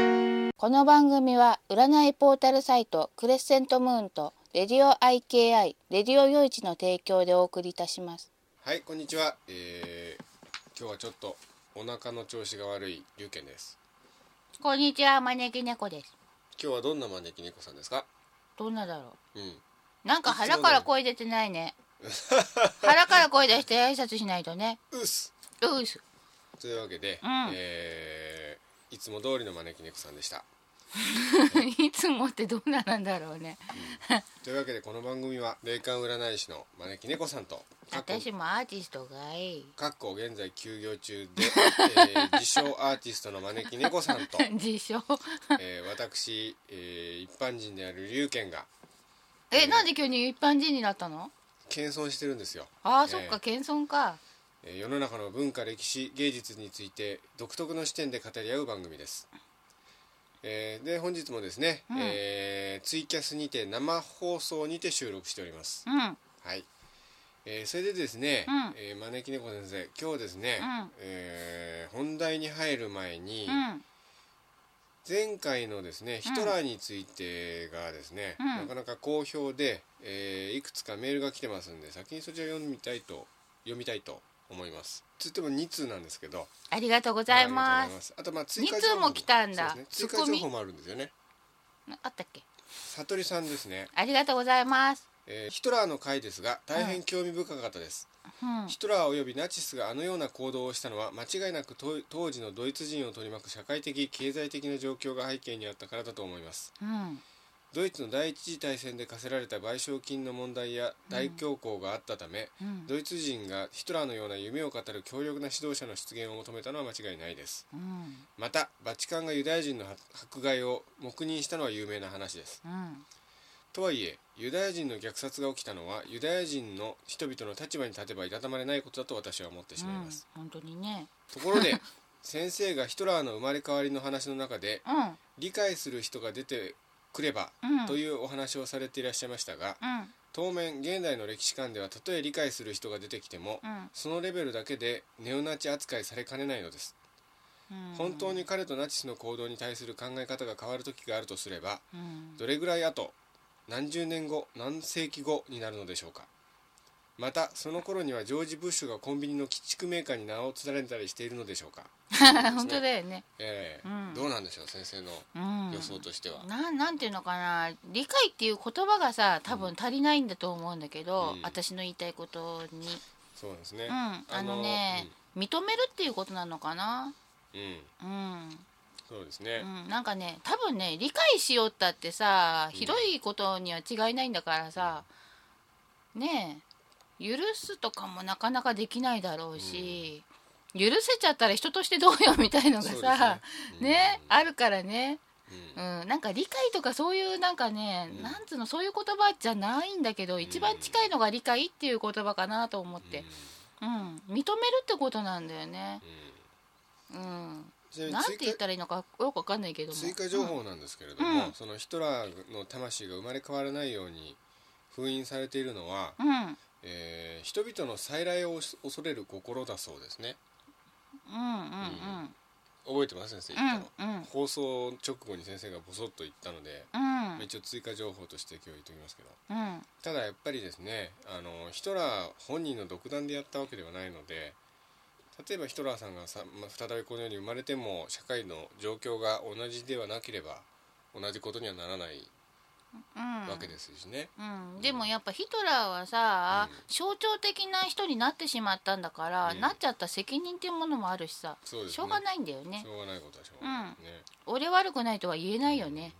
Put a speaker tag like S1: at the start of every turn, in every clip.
S1: この番組は占いポータルサイトクレッセントムーンとレディオ IKI レディオ夜市の提供でお送りいたします
S2: はいこんにちは、えー、今日はちょっとお腹の調子が悪い龍拳です
S1: こんにちは招き猫です
S2: 今日はどんな招き猫さんですか
S1: どんなだろ
S2: うん
S1: うなんか腹から声出てない ね腹から声出して挨拶しないとね
S2: うっす
S1: うーす
S2: というわけで、
S1: うん
S2: えーいつも通りの招き猫さんでした
S1: いつもってどんななんだろうね
S2: というわけでこの番組は霊感占い師の招き猫さんとかっこ
S1: 私もアーティストがいい
S2: かっこ現在休業中で、え ー自称アーティストの招き猫さんと、
S1: 自称
S2: えー私、えー一般人である龍拳が
S1: えなんで急に一般人になったの
S2: 謙遜してるんですよ
S1: あ
S2: え
S1: あ
S2: ー
S1: そっか謙遜か
S2: えー世の中の文化歴史芸術について独特の視点で語り合う番組です、えーで本日もですね、
S1: うん
S2: えーツイキャスにて生放送にて収録しております
S1: うんうん
S2: はい、えーそれでですね、
S1: うん
S2: えー招き猫先生今日ですね、
S1: うん
S2: えー本題に入る前に、
S1: うん
S2: 前回のですねヒトラーについてがですね、
S1: うん
S2: なかなか好評で、えーいくつかメールが来てますんで先にそちら読みたいと読みたいと思いますつっても2通なんですけど
S1: ありがとうご
S2: ご
S1: ざいます
S2: あとまあ追加情報
S1: 二通も来たんだ
S2: そうですね、
S1: ツッ
S2: 追
S1: コ
S2: 加
S1: ミ
S2: 情報もあるんですよね
S1: なあったっけ
S2: 悟りさんですね、
S1: ありがとうございます。
S2: えーヒトラーの回ですが大変興味深かったです、
S1: うん、
S2: ヒトラーおよびナチスがあのような行動をしたのは間違いなくと当時のドイツ人を取り巻く社会的経済的な状況が背景にあったからだと思います
S1: うん、
S2: ドイツの第一次大戦で課せられた賠償金の問題や大恐慌があったため、
S1: うん、
S2: ドイツ人がヒトラーのような夢を語る強力な指導者の出現を求めたのは間違いないです
S1: うん、
S2: またバチカンがユダヤ人の迫迫害を黙認したのは有名な話です
S1: うん、
S2: とはいえユダヤ人の虐殺が起きたのはユダヤ人の人々の立場に立てばいたたまれないことだと私は思ってしまいます、
S1: 本当にね。
S2: ところで先生がヒトラーの生まれ変わりの話の中で
S1: うん、うん、
S2: 理解する人が出てくれば
S1: うん
S2: というお話をされていらっしゃいましたが当面現代の歴史観ではたとえ理解する人が出てきても
S1: うん、
S2: そのレベルだけでネオナチ扱いされかねないのです
S1: うん、
S2: 本当に彼とナチスの行動に対する考え方が変わる時があるとすれば
S1: うん、
S2: どれぐらい後何十年後何世紀後になるのでしょうかまたその頃にはジョージ・ブッシュがコンビニの鬼畜メーカーに名を連ねたりしているのでしょうか
S1: 本当だよね。
S2: ええ
S1: うん
S2: どうなんでしょう先生の
S1: うん。
S2: 予想としては、
S1: なん、なんていうのかな、理解っていう言葉がさ、多分足りないんだと思うんだけど、
S2: うん
S1: 私の言いたいことに。
S2: そうですね、
S1: うん、あのね、認めるっていうことなのかな。
S2: うん、うん
S1: うん。
S2: そうですね
S1: うん、なんかね多分ね理解しよったってさひどいことには違いないんだからさ、ねえ許すとかもなかなかできないだろうし、許せちゃったら人としてどうよみたいのが
S2: そうです
S1: さね
S2: うん
S1: あるからね、
S2: うん
S1: うん、なんか理解とかそういうなんかね、
S2: うん
S1: なんつうのそういう言葉じゃないんだけど一番近いのが理解っていう言葉かなと思って、うん認めるってことなんだよね。
S2: うんうん
S1: うん、
S2: ちなみに
S1: なんて
S2: 追
S1: 言っ
S2: 加
S1: たらいいのかよくわかんないけども。
S2: 追加情報なんですけれども、
S1: うん
S2: そのヒトラーの魂が生まれ変わらないように封印されているのは、
S1: うん
S2: えー人々の再来を恐れる心だそうですね
S1: うんうんうん
S2: 覚えてます先生
S1: う
S2: 言ったの、
S1: んうん
S2: 放送直後に先生がボソッと言ったので、
S1: うん
S2: 一応追加情報として今日言っておきますけど
S1: うん
S2: ただやっぱりですねあのヒトラー本人の独断でやったわけではないので例えばヒトラーさんがさ、まあ、再びこの世に生まれても社会の状況が同じではなければ同じことにはならない
S1: うん
S2: わけですしね、
S1: うん、でもやっぱヒトラーはさ、
S2: うん
S1: 象徴的な人になってしまったんだから、
S2: うん
S1: なっちゃった責任っていうものもあるしさ、
S2: そうですね
S1: しょうがないんだよね
S2: しょうがないことはしょうがないですね、
S1: 俺悪くないとは言えないよね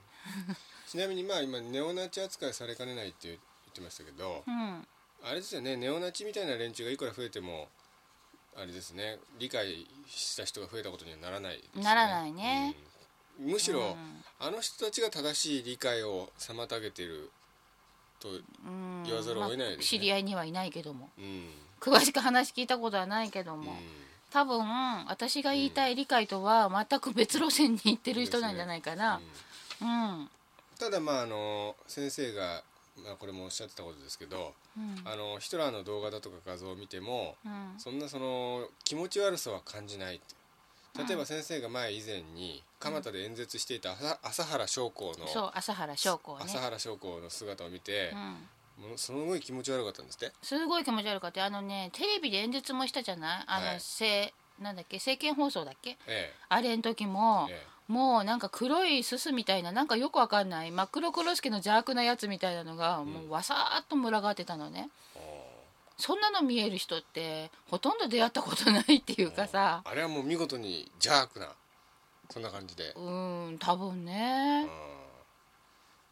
S2: ちなみにまあ今ネオナチ扱いされかねないって言ってましたけど、
S1: うん
S2: あれですよねネオナチみたいな連中がいくら増えてもあれですね理解した人が増えたことにはならないですね、
S1: ならないね
S2: うんむしろ、
S1: うん
S2: あの人たちが正しい理解を妨げてると、
S1: うん
S2: 言わざるを得ないですね
S1: まあ知り合いにはいないけども
S2: うん
S1: 詳しく話聞いたことはないけど
S2: うん
S1: も、多分私が言いたい理解とは全く別路線に行ってる人なんじゃないか
S2: う
S1: な、
S2: ん
S1: うん
S2: ただまああの先生が、まあ、これもおっしゃってたことですけど、
S1: うん
S2: あのヒトラーの動画だとか画像を見ても
S1: うん
S2: そんなその気持ち悪さは感じないって例えば先生が前以前に蒲田で演説していた朝朝原将校の
S1: そう朝原将校ね
S2: 朝原将校の姿を見て
S1: う、ん、
S2: ものすごい気持ち悪かったんですって
S1: すごい気持ち悪かったあのねテレビで演説もしたじゃないあの、
S2: はい
S1: せなんだっけ政見放送だっけ
S2: え
S1: あれの時も
S2: え、え
S1: もうなんか黒いすすみたいななんかよくわかんない真っ黒黒助の邪悪なやつみたいなのが、もうわさーっと群がってたのね
S2: え
S1: そんなの見える人ってほとんど出会ったことないっていうかさ
S2: あれはもう見事に邪悪なそんな感じで、
S1: うん多分
S2: うん
S1: ね
S2: だか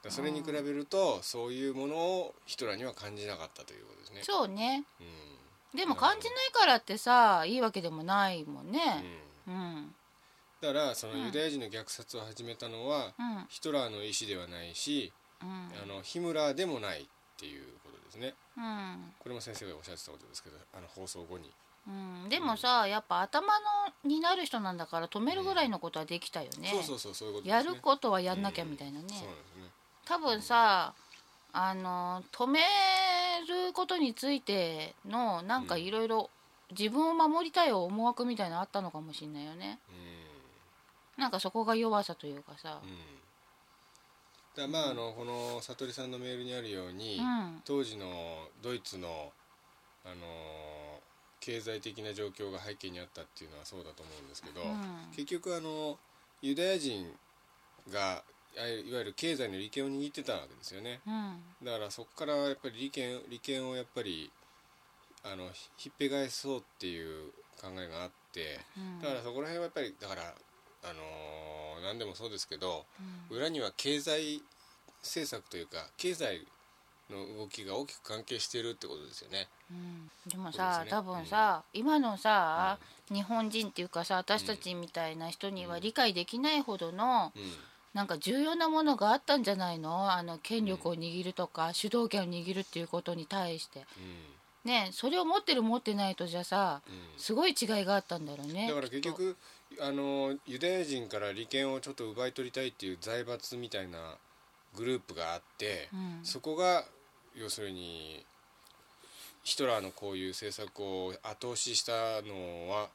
S2: らそれに比べるとそういうものをヒトラーには感じなかったということですね。
S1: そうね
S2: うん
S1: でも感じないからってさいいわけでもないもん
S2: う
S1: ねう
S2: ん
S1: ん
S2: だからそのユダヤ人の虐殺を始めたのは、
S1: うん
S2: ヒトラーの意思ではないし、
S1: うん
S2: あのヒムラーでもないっていうことですね
S1: うん
S2: これも先生がおっしゃってたことですけどあの放送後に
S1: うんでもさやっぱ頭のになる人なんだから止めるぐらいのことはできたよね
S2: そうそうそうそういうことですね
S1: やることはやんなきゃみたいなね
S2: そうなんですね
S1: 多分さあの止めることについてのなんかいろいろ自分を守りたい思惑みたいなのあったのかもしれないよねなんかそこが弱さというかさ
S2: うんうんだからまああのこの悟りさんのメールにあるように、
S1: うん
S2: 当時のドイツのあのー経済的な状況が背景にあったっていうのはそうだと思うんですけど、
S1: うん
S2: 結局あのユダヤ人があいわゆる経済の利権を握ってたわけですよね
S1: うん
S2: だからそこからやっぱり利権利権をやっぱりあのひひっぺ返そうっていう考えがあって
S1: うん
S2: だからそこら辺はやっぱりだから、あのー何でもそうですけど
S1: うん
S2: 裏には経済政策というか経済の動きが大きく関係してるってことですよね。
S1: うんでも
S2: そ
S1: さ
S2: うですね
S1: 多分さ、今のさ、日本人っていうかさ私たちみたいな人には理解できないほどの、
S2: うん
S1: なんか重要なものがあったんじゃないのあの権力を握るとか、主導権を握るっていうことに対してねそれを持ってる持ってないとじゃさ
S2: うんうん
S1: すごい違いがあったんだろうね
S2: だから結
S1: きっと
S2: 局あのユダヤ人から利権をちょっと奪い取りたいっていう財閥みたいなグループがあって、
S1: うん
S2: そこが要するにヒトラーのこういう政策を後押ししたのは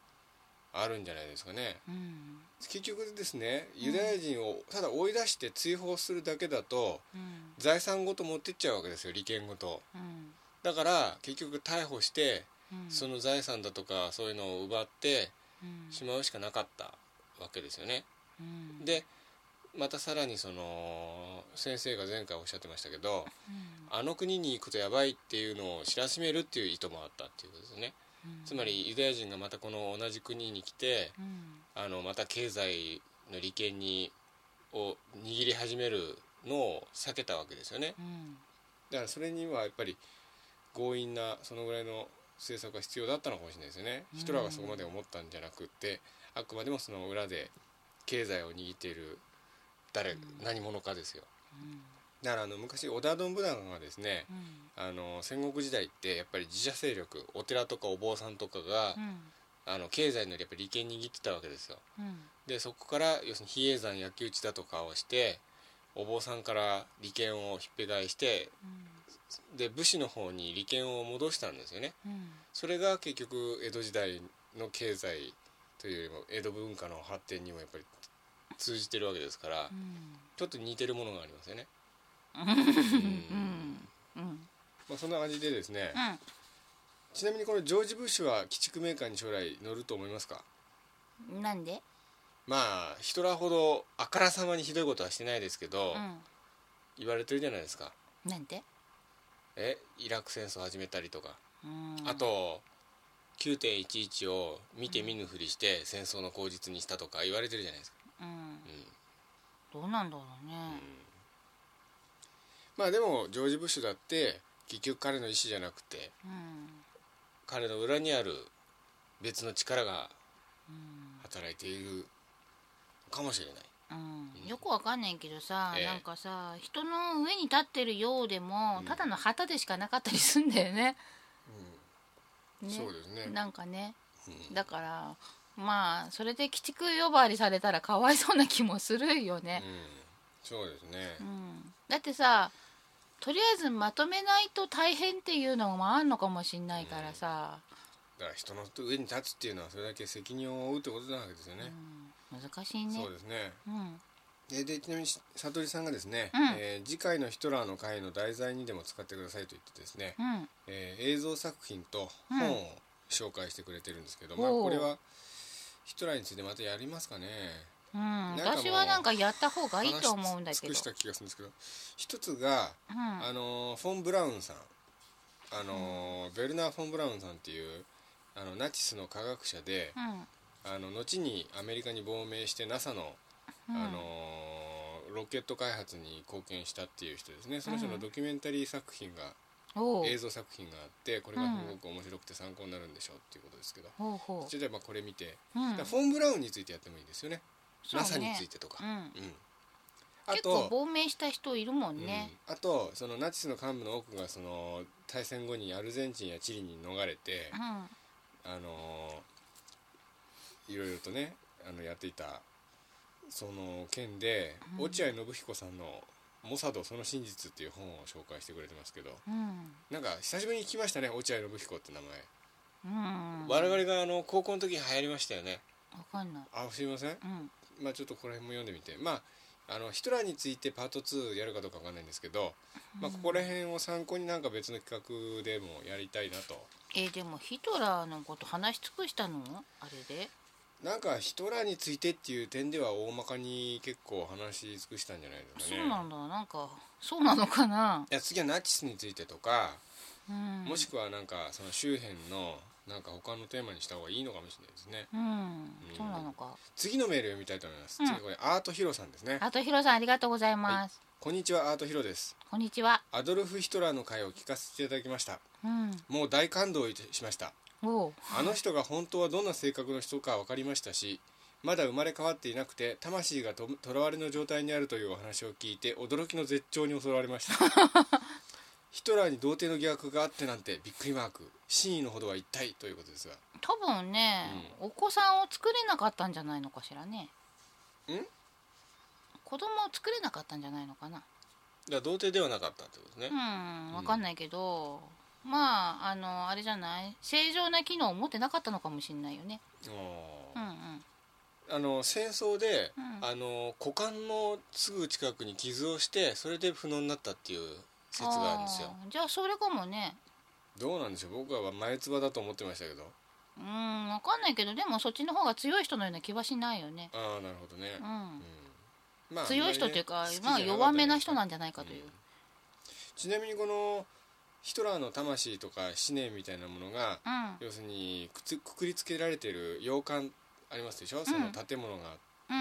S2: あるんじゃないですかね
S1: うん
S2: 結局ですねユダヤ人をただ追い出して追放するだけだと
S1: うん
S2: 財産ごと持ってっちゃうわけですよ利権ごと
S1: うん
S2: だから結局逮捕して
S1: うん
S2: その財産だとかそういうのを奪って
S1: うん
S2: しまうしかなかったわけですよね
S1: うん
S2: でまたさらにその先生が前回おっしゃってましたけど
S1: うん
S2: あの国に行くとやばいっていうのを知らしめるっていう意図もあったっていうことですね
S1: うん
S2: つまりユダヤ人がまたこの同じ国に来て
S1: うん
S2: あのまた経済の利権にを握り始めるのを避けたわけですよね
S1: うん
S2: だからそれにはやっぱり強引なそのぐらいの政策が必要だったのかもしれないですよね、ヒトラーがそこまで思ったんじゃなくってあくまでもその裏で経済を握っている誰、何者かですよだからあの昔織田信長がですね
S1: うん
S2: あの戦国時代ってやっぱり自社勢力お寺とかお坊さんとかが、
S1: うん
S2: あの経済のやっぱり利権握ってたわけですよ
S1: うん
S2: でそこから要するに比叡山焼き討ちだとかをしてお坊さんから利権をひっぺがいしてで武士の方に利権を戻したんですよね
S1: うん
S2: それが結局江戸時代の経済というよりも江戸文化の発展にもやっぱり通じてるわけですから、
S1: うん
S2: ちょっと似てるものがありますよね。うん
S1: うん
S2: まあ、そんな感じでですね、
S1: うん
S2: ちなみにこのジョージ・ブッシュは鬼畜メーカーに将来乗ると思いますか
S1: なんで、
S2: まあヒトラーほどあからさまにひどいことはしてないですけ
S1: う
S2: ど、言われてるじゃないですか
S1: ん、なんで、
S2: えイラク戦争始めたりとか、
S1: うん、
S2: あと9.11を見て見ぬふりして戦争の口実にしたとか言われてるじゃないですか、
S1: うん
S2: うん
S1: どうなんだろうね、
S2: まあでもジョージ・ブッシュだって結局彼の意思じゃなくて
S1: うん
S2: 彼の裏にある別の力が
S1: うん
S2: 働いているかもしれない、
S1: うんよくわかんないけどさ、
S2: ええ
S1: なんかさ人の上に立ってるようでも、
S2: うん
S1: ただの旗でしかなかったりすんだよね。ね
S2: そうですね
S1: なんかね
S2: うん
S1: だからまあそれで鬼畜呼ばわりされたらかわいそうな気もするよね。
S2: うんそうですね、
S1: うんだってさとりあえずまとめないと大変っていうのもあんのかもしんないからさ、
S2: だから人の上に立つっていうのはそれだけ責任を負うってことなわけですよね。
S1: うん難しいね
S2: そうですね
S1: うん
S2: ででちなみに悟りさんがですね、
S1: うん
S2: えー次回のヒトラーの会の題材にでも使ってくださいと言ってですね、
S1: うん
S2: えー映像作品と
S1: うん
S2: 本を紹介してくれてるんですけど、まあ
S1: おう
S2: これはヒトラーについてまたやりますかね
S1: うん、
S2: なんかもう
S1: 私はなんかやった方がいいと思うんだけど
S2: 話し尽くした気がするんですけど一つが、
S1: うん
S2: あのーフォン・ブラウンさんあのーベルナー・フォン・ブラウンさんっていうあのナチスの科学者で、
S1: うん
S2: あの後にアメリカに亡命して NASA の
S1: うん
S2: あのーロケット開発に貢献したっていう人ですねその人のドキュメンタリー作品が、
S1: おう
S2: 映像作品があってこれがすごく面白くて参考になるんでしょうっていうことですけど、
S1: ほうほ
S2: 例えばこれ見て、
S1: う、うん
S2: だからフォン・ブラウンについてやってもいいですよね
S1: そうね
S2: NASA についてとか、
S1: うん
S2: うんあ
S1: 結構
S2: と、
S1: 亡命した人いるもんね、
S2: うんあとそのナチスの幹部の多くがその大戦後にアルゼンチンやチリに逃れて、
S1: うん
S2: あのーいろいろとねあのやっていたその件で、
S1: うん
S2: 落合信彦さんの「モサドその真実」っていう本を紹介してくれてますけど
S1: うん
S2: なんか久しぶりに聞きましたね落合信彦って名前、
S1: うん
S2: 我々があの高校の時に流行りましたよね
S1: わかんない
S2: あすいません
S1: うん
S2: まあちょっとここら辺も読んでみてまああのヒトラーについてパート2やるかどうかわかんないんですけど、まあ、ここら辺を参考になんか別の企画でもやりたいなと
S1: えーでもヒトラーのこと話し尽くしたのあれで
S2: なんかヒトラーについてっていう点では大まかに結構話し尽くしたんじゃないです
S1: そ
S2: かね
S1: うなんだなんかそうなのかない
S2: や次はナチスについてとか、
S1: うん
S2: もしくはなんかその周辺のなんか他のテーマにした方がいいのかもしれないですね
S1: うんそうなのか
S2: 次のメール読みたいと思います、
S1: うん
S2: 次これアートヒロさんですね
S1: あとヒロさんありがとうございます、
S2: こんにちはアートヒロです
S1: こんにちは
S2: アドルフ・ヒトラーの回を聞かせていただきました
S1: うん
S2: もう大感動いたしました
S1: おう
S2: あの人が本当はどんな性格の人か分かりましたしまだ生まれ変わっていなくて魂がととらわれの状態にあるというお話を聞いて驚きの絶頂に襲われまし たヒトラーに童貞の疑惑があってなんてびっくりマーク真意のほどは一体ということですが
S1: 多分ね、お子さんを作れなかったんじゃないのかしらね
S2: ん
S1: 子供を作れなかったんじゃないのかな
S2: だから童貞ではなかったってことね
S1: うんわかんないけど、まああのあれじゃない正常な機能を持ってなかったのかもしれないよねうんうん
S2: あの戦争で、
S1: うん
S2: あの股間のすぐ近くに傷をしてそれで不能になったっていう説があるんですよ
S1: あーじゃあそれかもね
S2: どうなんでしょう僕は前つばだと思ってましたけど
S1: うんわかんないけどでもそっちの方が強い人のような気はしないよね
S2: ああなるほどね
S1: う、ん
S2: うんまあ
S1: 強い人っていうか
S2: あんまりね
S1: まあ弱めな人
S2: 好
S1: なんじゃないかという
S2: うんきじゃなかったですねちなみにこのヒトラーの魂とか思念みたいなものが
S1: うん、
S2: 要するにくつくくりつけられてる洋館ありますでしょ、その建物が
S1: うんう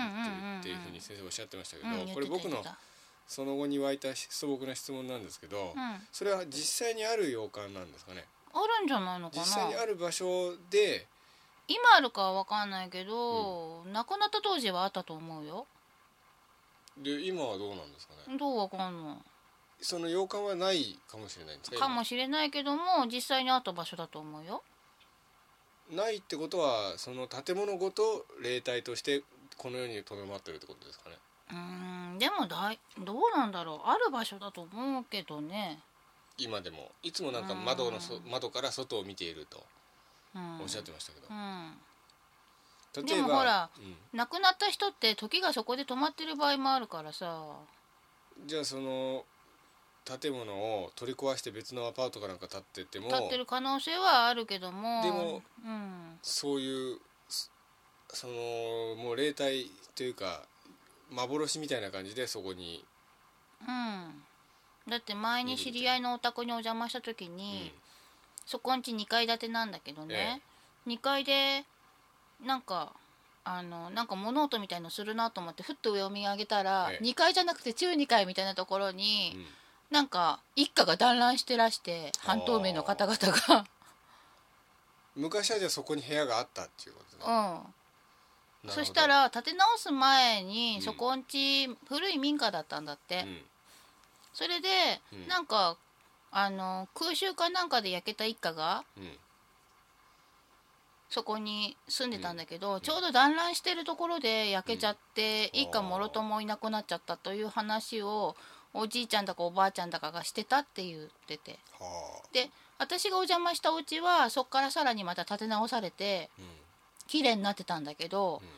S1: ん
S2: あってるっていう
S1: うん
S2: ふうに先生おっしゃってましたけど、
S1: うんうん
S2: これ
S1: 言って
S2: 僕
S1: た言っ
S2: の
S1: てた
S2: その後に湧いた素朴な質問なんですけど、
S1: うん、あ
S2: それは実際にある洋館なんですかね
S1: るんじゃないのか
S2: 実際に
S1: な
S2: ある場所で
S1: 今あるかは分かんないけど、亡くなった当時はあったと思うよ
S2: で今はどうなんですかね、
S1: どうわかんな
S2: その洋館はないかもしれないんですか
S1: い
S2: 今
S1: かもしれないけども実際にあった場所だと思うよ
S2: ないってことはその建物ごと霊体としてこの世に留まってるってことですかね
S1: うーんでもだいどうなんだろうある場所だと思うけどね、
S2: 今でもいつもなんか窓のそ
S1: うん
S2: 窓から外を見ていると
S1: うん、
S2: おっしゃってましたけど、
S1: うん
S2: 例えば
S1: でもほら
S2: う
S1: 亡くなった人って時がそこで止まってる場合もあるからさ
S2: んじゃあその建物を取り壊して別のアパートかなんか建ってても
S1: 立ってる可能性はあるけども
S2: でも
S1: うん
S2: そういうそそのもう霊体というか幻みたいな感じでそこに、
S1: うんだって前に知り合いのお宅にお邪魔した時
S2: うん
S1: に、そこんち2階建てなんだけどね、2階でなんかあのなんか物音みたいのするなと思ってふっと上を見上げたら、
S2: ええ
S1: 2階じゃなくて中2階みたいなところに、
S2: うん
S1: なんか一家が団らんしてらして半透明の方々 が。
S2: 昔はじゃあそこに部屋があったっていうことね
S1: うん、
S2: なるほど
S1: そした、ら建て直す前
S2: う
S1: に
S2: ん
S1: そこんち古い民家だったんだって、
S2: うん
S1: それで
S2: うん
S1: なんかあの空襲かなんかで焼けた一家が
S2: うん
S1: そこに住んでたんだけど、ちょうど団らんしてるところで焼けちゃって、
S2: うん
S1: 一家もろともいなくなっちゃったという話をおじいちゃんだかおばあちゃんだかがしてたって言ってて
S2: はあ
S1: で私がお邪魔したお家はそっからさらにまた建て直されて
S2: うん
S1: 綺麗になってたんだけど、
S2: うん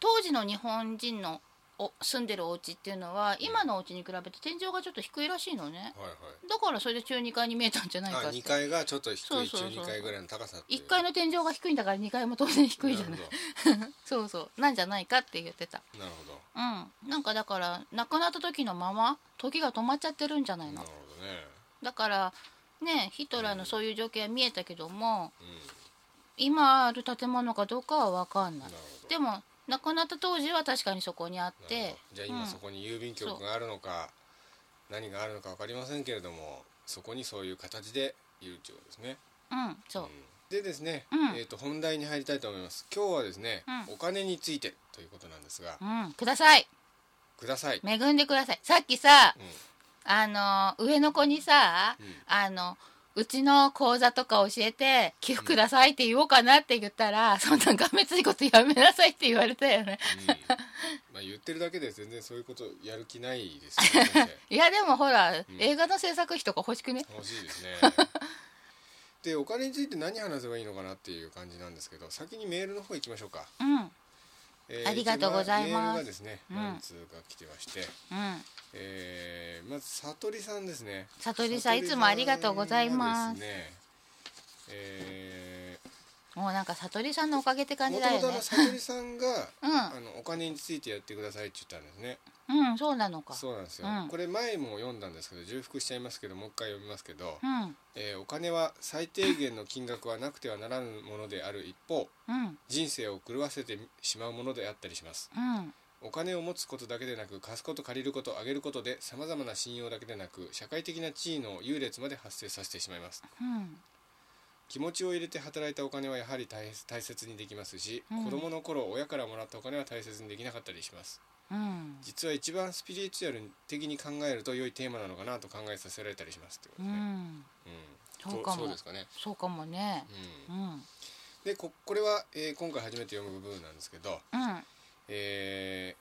S1: 当時の日本人のお住んでるお家っていうのは今のお家に比べて天井がちょっと低いらしいのね
S2: はい
S1: だからそれで中2階に見えたんじゃない
S2: はい
S1: か
S2: あ
S1: って
S2: 二階がちょっと低
S1: そう
S2: い
S1: そう
S2: 中
S1: そう
S2: 二階ぐらいの高さっていう
S1: 1階の天井が低いんだから2階も当然低いじゃないそうそうなんじゃないかって言ってた
S2: なるほど
S1: うんなんかだから亡くなった時のまま時が止まっちゃってるんじゃない
S2: なるほ
S1: の
S2: どなるほどね
S1: だからねヒトラーのそういう情景は見えたけども
S2: うん
S1: 今ある建物かどうかは分かんな
S2: ないるほど
S1: でも亡くなった当時は確かにそこにあっ
S2: なるほど
S1: て
S2: じゃあ今
S1: うん
S2: そこに郵便局があるのか、何があるのか分かりませんけれどもそこにそういう形でいるということですね。
S1: うんそう
S2: うんでですね、
S1: うん
S2: えー、と本題に入りたいと思います今日はですね、
S1: うん
S2: お金についてということなんですが、
S1: うんください
S2: ください、
S1: 恵んでくださいさっきさ
S2: うん
S1: あの上の子にさ
S2: うん
S1: あのうちの講座とか教えて寄付くださいって言おうかなって言ったら、そんながめついことやめなさいって言われたよね
S2: うんまあ言ってるだけで全然そういうことやる気ないですよ ね
S1: いやでもほら、
S2: ん
S1: 映画の制作費とか欲しくね
S2: 欲しいで すねでお金について何話せばいいのかなっていう感じなんですけど先にメールの方行きましょうか、
S1: うんうん
S2: えー
S1: ありがとうございます
S2: 一番メールがですね
S1: うん
S2: 何通か来てまして、えーまずさとりさんですね
S1: さとりさんいつもありがとうございます
S2: さとりさんがですねえー
S1: もうなんかさとりさんのおかげって感じ
S2: も
S1: だ
S2: と
S1: よ
S2: もと
S1: ね
S2: さとりさんがあ
S1: う
S2: のお金についてやってくださいって言ったんですね
S1: んうんそうなのか
S2: そうなんですよ、
S1: うん
S2: これ前も読んだんですけど重複しちゃいますけどもう一回読みますけど、
S1: うん
S2: えーお金は最低限の金額はなくてはならぬものである一方
S1: うん
S2: 人生を狂わせてしまうものであったりします
S1: うん
S2: お金を持つことだけでなく貸すこと借りることあげることでさまざまな信用だけでなく社会的な地位の優劣まで発生させてしまいます
S1: うん
S2: 気持ちを入れて働いたお金はやはり大大切にできますし、
S1: うん
S2: 子供の頃親からもらったお金は大切にできなかったりします
S1: うん
S2: 実は一番スピリチュアル的に考えると良いテーマなのかなと考えさせられたりしますってこ
S1: う
S2: と
S1: ん
S2: ですね、う
S1: そ
S2: ん
S1: うかも
S2: そうですかね、
S1: そうかもね
S2: うん
S1: うんうん
S2: でここれは、えー今回初めて読む部分なんですけど、え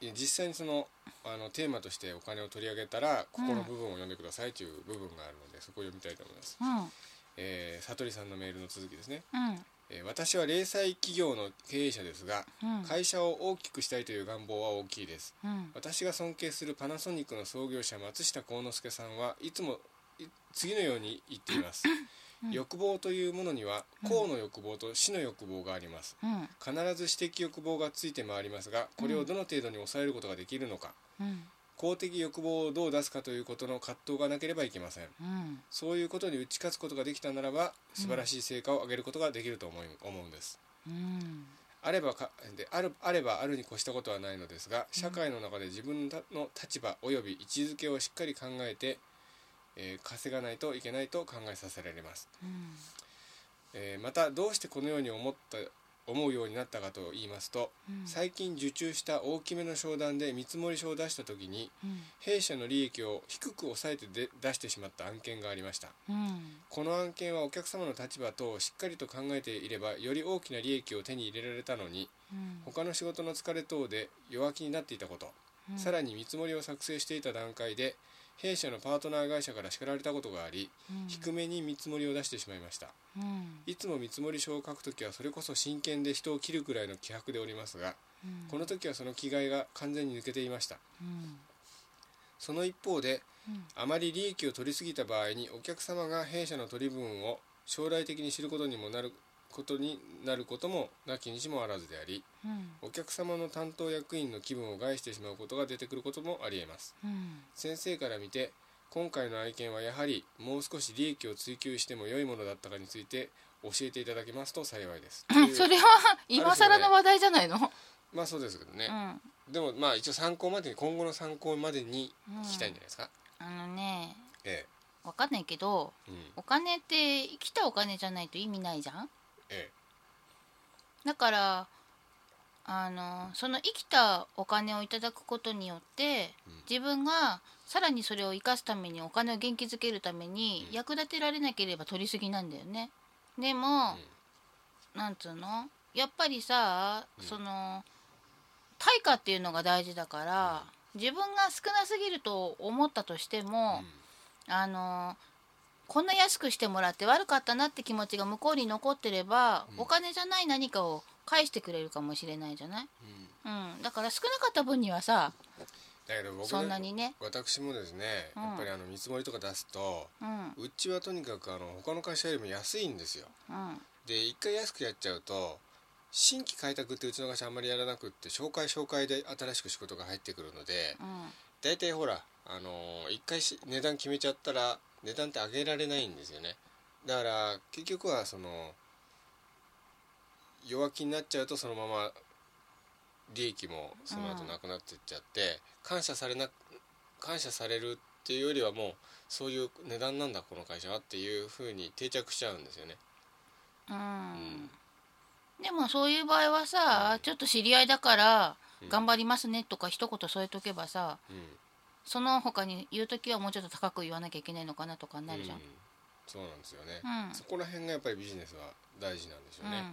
S2: ー実際にそのあのテーマとしてお金を取り上げたらここの部分を読んでくださいという部分があるので、そこを読みたいと思います、
S1: うん
S2: えー、悟りさんのメールの続きですね、
S1: うん
S2: えー私は零細企業の経営者ですが
S1: うん
S2: 会社を大きくしたいという願望は大きいです
S1: うん
S2: 私が尊敬するパナソニックの創業者松下幸之助さんはいつもい次のように言っています、欲望というものには公の欲望と死の欲望があります
S1: うん
S2: 必ず私的欲望がついて回りますがこれをどの程度に抑えることができるのか
S1: うん
S2: 公的欲望をどう出すかということの葛藤がなければいけません
S1: うん
S2: そういうことに打ち勝つことができたならば素晴らしい成果を上げることができると思い思うんです
S1: うん
S2: あればかであるあればあるに越したことはないのですが社会の中で自分の立場および位置づけをしっかり考えて、えー稼がないといけないと考えさせられます、
S1: うん
S2: えーまたどうしてこのように思った思うようになったかと言いますと、
S1: うん
S2: 最近受注した大きめの商談で見積もり書を出した時に弊社の利益を低く抑えてで出してしまった案件がありました
S1: うん
S2: この案件はお客様の立場等をしっかりと考えていればより大きな利益を手に入れられたのに
S1: うん
S2: 他の仕事の疲れ等で弱気になっていたこと、さらに見積もりを作成していた段階で弊社のパートナー会社から叱られたことがあり、低めに見積もりを出してしまいました
S1: うん
S2: いつも見積もり書を書くときはそれこそ真剣で人を切るくらいの気迫でおりますが、この時はその気概が完全に抜けていました
S1: うん
S2: その一方で、
S1: うん
S2: あまり利益を取りすぎた場合にお客様が弊社の取り分を将来的に知ることにもなることになることもなきにしもあらずであり
S1: うん
S2: お客様の担当役員の気分を害してしまうことが出てくることもありえます
S1: うん
S2: 先生から見て今回の愛犬はやはりもう少し利益を追求しても良いものだったかについて教えていただけますと幸いです
S1: うん それは今更の話題じゃないの
S2: まあそうですけど
S1: う
S2: ね、
S1: ん
S2: でもまあ一応参考までに今後の参考までに聞きたいんじゃないですか、
S1: あのね
S2: え
S1: わかんないけど
S2: えうん
S1: お金って生きたお金じゃないと意味ないじゃん
S2: え
S1: だからあのその生きたお金をいただくことによって
S2: うん
S1: 自分がさらにそれを生かすためにお金を元気づけるために
S2: うん
S1: 役立てられなければ取りすぎなんだよねでも、なんつうのやっぱりさ、
S2: うん
S1: その対価っていうのが大事だから、自分が少なすぎると思ったとしても、あのこんな安くしてもらって悪かったなって気持ちが向こうに残ってれば、
S2: うん
S1: お金じゃない何かを返してくれるかもしれないじゃない、
S2: うんうん
S1: うん、だから少なかった分にはさ
S2: だけど僕
S1: そんなにね
S2: 私もですね、
S1: うん
S2: やっぱりあの見積もりとか出すと
S1: うんうん
S2: うちはとにかくあの他の会社よりも安いんですよで一回安くやっちゃうと新規開拓ってうちの会社あんまりやらなくって紹介紹介で新しく仕事が入ってくるので
S1: うん
S2: 大体ほらあのー一回し値段決めちゃったら値段って上げられないんですよねだから結局はその弱気になっちゃうとそのまま利益もその後
S1: うん
S2: なくなっていっちゃって、感謝されな感謝されるっていうよりはもうそういう値段なんだこの会社はっていうふうに定着しちゃうんですよね。
S1: う
S2: うんん
S1: でもそういう場合はさ、
S2: うん
S1: ちょっと知り合いだから
S2: うん
S1: 頑張りますねとか一言添えとけばさ
S2: うん
S1: その他に言う時はもうちょっと高く言わなきゃいけないのかなとかになるじゃん
S2: う、そうなんですよね、
S1: うん
S2: そこら辺がやっぱりビジネスは大事なんでしょうね、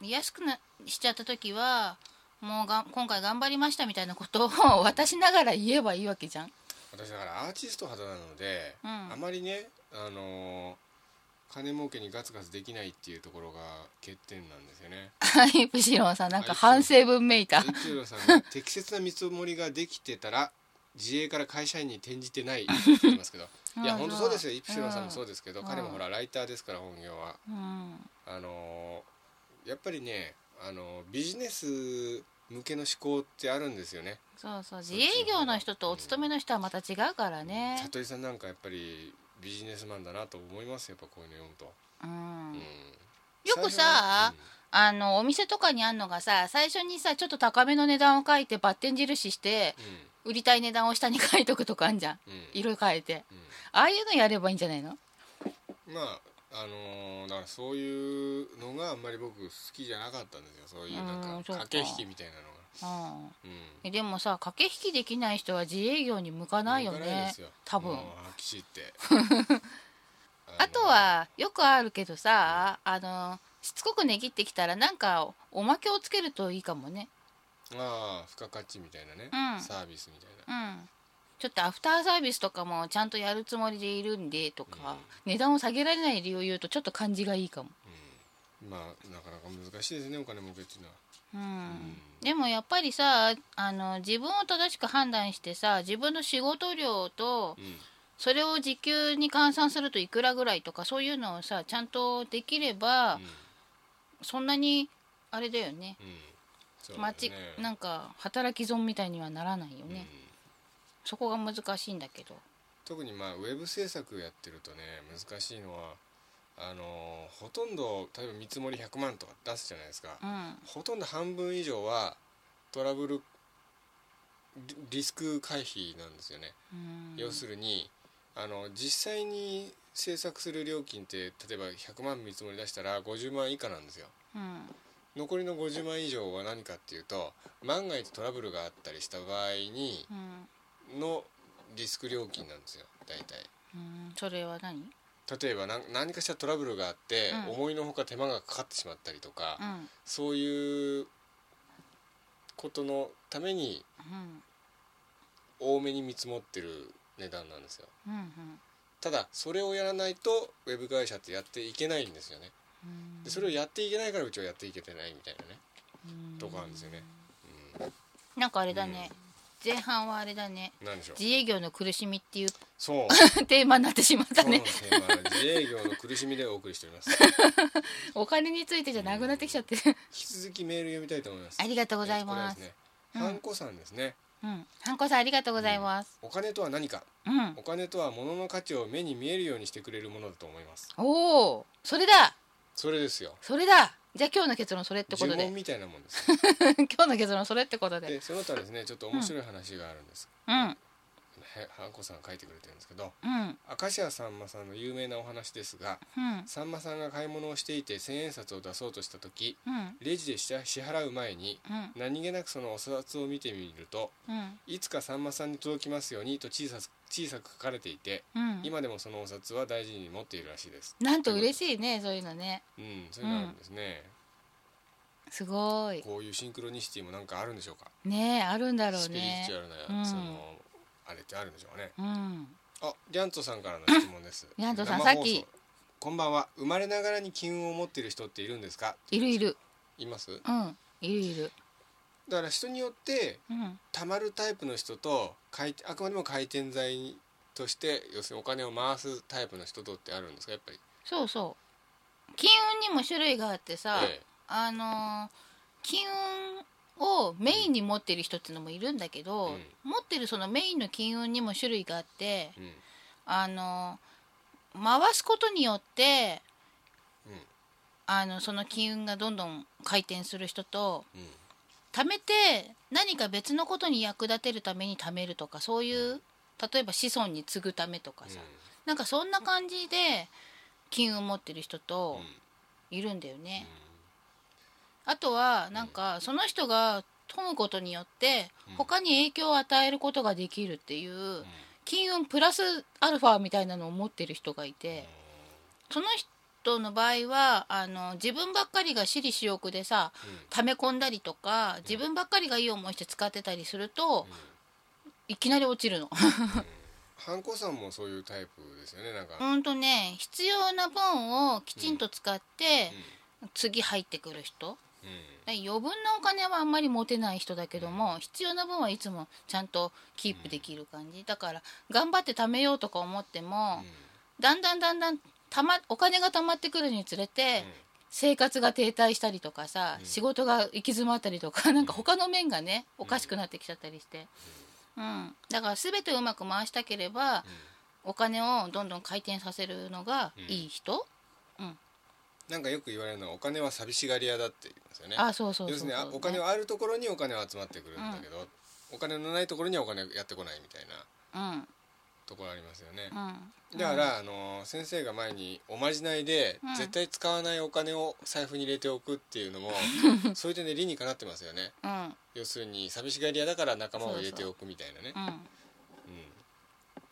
S1: うん、安くなしちゃった時はもうがん今回頑張りましたみたいなことを 私ながら言えばいいわけじゃん。
S2: 私だからアーティスト肌なので、
S1: うん
S2: あまりねあのー金儲けにガツガツできないっていうところが欠点なんですよね
S1: はいプシロンさんなんか反省文めいた。
S2: 一郎さんが適切な見積もりができてたら自営から会社員に転じてないって言ってま すけどいや本当そうですよイプシロンさんもそうですけど、
S1: うん
S2: 彼もほらライターですから本業は
S1: うん
S2: あのーやっぱりね、あのービジネス向けの思考ってあるんですよね
S1: そうそう自営業の人とお勤めの人はまた違うからね。
S2: 悟りさんなんかやっぱりビジネスマンだなと思いますやっぱこういうの読むと、
S1: う
S2: うんん、
S1: よくさあのお店とかにあんのがさ最初にさちょっと高めの値段を書いてバッテン印して
S2: 最初は
S1: 売りたい値段を下に書いとくとかあんじゃん
S2: うんうんうん
S1: 色変えてああいうのやればいいんじゃないの
S2: うんまああのーだからそういうのがあんまり僕好きじゃなかったんですよそういうなん
S1: うん
S2: か
S1: そうか
S2: 駆け引きみたいなのが、
S1: うん
S2: うん、
S1: えでもさ駆け引きできない人は自営業に向かないよ
S2: 向かないで
S1: ね
S2: すよ
S1: 多分
S2: もう飽きちって のー
S1: あとはよくあるけどさあのしつこくねぎってきたらなんかおまけをつけるといいかもね
S2: ああ付加価値みたいなね、
S1: うん
S2: サービスみたいな
S1: うんちょっとアフターサービスとかもちゃんとやるつもりでいるんでとか、値段を下げられない理由を言うとちょっと感じがいいかも、
S2: まあなかなか難しいですねお金儲けっていうのは
S1: うん
S2: ん
S1: でもやっぱりさあの自分を正しく判断してさ自分の仕事量と
S2: うん
S1: それを時給に換算するといくらぐらいとかそういうのをさちゃんとできれば、そんなにあれだよね
S2: うんうんそうだ
S1: ま
S2: よ
S1: ち
S2: ね
S1: なんか働き損みたいにはならないよね、
S2: うん
S1: そこが難しいんだけど
S2: 特にまあウェブ制作やってるとね難しいのはあのーほとんど例えば見積もり100万とか出すじゃないですか、
S1: うん
S2: ほとんど半分以上はトラブルリリスク回避なんですよね、
S1: うん
S2: 要するにあの実際に制作する料金って例えば100万見積もり出したら50万以下なんですよ
S1: うん
S2: 残りの50万以上は何かっていうと万が一トラブルがあったりした場合に
S1: うん
S2: のリスク料金なんですよ大体。
S1: うんそれは何
S2: 例えば何何かしらトラブルがあって、
S1: うん
S2: 思いのほか手間がかかってしまったりとか、
S1: うん
S2: そういうことのために
S1: うん
S2: 多めに見積もってる値段なんですよ
S1: うんうん
S2: ただそれをやらないとウェブ会社ってやっていけないんですよね
S1: うん
S2: でそれをやっていけないからうちはやっていけてないみたいなね
S1: うん
S2: とこあるんですよね、
S1: なんかあれだね、前半はあれだね
S2: うん、なんでしょう
S1: 自営業の苦しみっていう
S2: そう
S1: テーマになってしまった
S2: 今日
S1: ね
S2: のテーマは自営業の苦しみでお送りして おります
S1: お金についてじゃなくなってきちゃってる
S2: 引き続きメール読みたいと思いま す
S1: ありがとうございま
S2: え
S1: すう
S2: ーこれ
S1: ん
S2: はですねハンコさんですね、
S1: うんハンコさんありがとうございます
S2: お金とは何か
S1: うん、
S2: お金とは物の価値を目に見えるようにしてくれるものだと思います
S1: おおそれだ
S2: それですよ
S1: それだじゃあ今日の結論それってこ
S2: 呪
S1: とで
S2: 文みたいなもんです
S1: 今日の結論それってことで
S2: でその他ですねちょっと面白い話があるんです、
S1: うん
S2: へはんこさんが書いてくれてるんですけど
S1: うん
S2: 明石家さんまさんの有名なお話ですが
S1: うん
S2: さんまさんが買い物をしていて千円札を出そうとした時
S1: うん
S2: レジで支払う前に
S1: うん
S2: 何気なくそのお札を見てみると
S1: うん
S2: いつかさんまさんに届きますようにと小さく小さく書かれていて
S1: うん
S2: 今でもそのお札は大事に持っているらしいです
S1: なんと嬉しいねそういうのね
S2: うんそういうのあるんですね、
S1: すごい
S2: こういうシンクロニシティもなんかあるんでしょうか
S1: ねえあるんだろう
S2: スピリ
S1: ね
S2: チュアル
S1: う
S2: な、
S1: ん
S2: そのあれってあるんでしょうね
S1: うん
S2: あリャントさんからの質問です
S1: リャントさん
S2: 生放
S1: さっき
S2: 送こんばんは生まれながらに金運を持っている人っているんですか
S1: いるいる
S2: います
S1: うんいるいる
S2: だから人によって
S1: うん
S2: たまるタイプの人と回転あくまでも回転剤として要するにお金を回すタイプの人とってあるんですかやっぱり、
S1: そうそう金運にも種類があってさ、
S2: ええ
S1: あのー金運をメインに持ってる人っていうのもいるんだけど、
S2: うん
S1: 持ってるそのメインの金運にも種類があって
S2: うん
S1: あのー回すことによって
S2: うん
S1: あのその金運がどんどん回転する人と
S2: うん
S1: 貯めて何か別のことに役立てるために貯めるとかそういう例えば子孫に継ぐためとかさ、なんかそんな感じで金運持ってる人
S2: うん
S1: と
S2: うん
S1: いるんだよね。あとはなんかその人が富むことによって
S2: うん
S1: 他に影響を与えることができるっていう金運プラスアルファみたいなのを持ってる人がいてその人の場合はあの自分ばっかりが私利私欲でさ
S2: うん
S1: 溜め込んだりとか自分ばっかりがいい思いして使ってたりするといきなり落ちる の。
S2: ハンコさんもそういうタイプですよねなんか、
S1: ほんとね必要な分をきちんと使って次入ってくる人。
S2: うんうん
S1: 余分なお金はあんまり持てない人だけども、必要な分はいつもちゃんとキープできる感じ、だから頑張って貯めようとか思っても、だんだんだんだんた、ま、お金が貯まってくるにつれて、生活が停滞したりとかさ、
S2: うん
S1: 仕事が行き詰まったりとかなんか他の面がねおかしくなってきちゃったりして、うんだから全てをうまく回したければ、お金をどんどん回転させるのがいい人、
S2: なんかよく言われるのはお金は寂しがり屋だって言いますよね
S1: あそうそう
S2: 要
S1: そうそ
S2: する
S1: う、
S2: にあお金はあるところにお金は集まってくるんだけど、お金のないところにはお金やってこないみたいな
S1: うん
S2: ところありますよね、
S1: うん
S2: だから、あの先生が前におまじないで、
S1: うん
S2: 絶対使わないお金を財布に入れておくってい うのもそういう点で理にかなってますよね
S1: うん
S2: 要するに寂しがり屋だから仲間を入れておくみたいなね
S1: うん、うん
S2: うん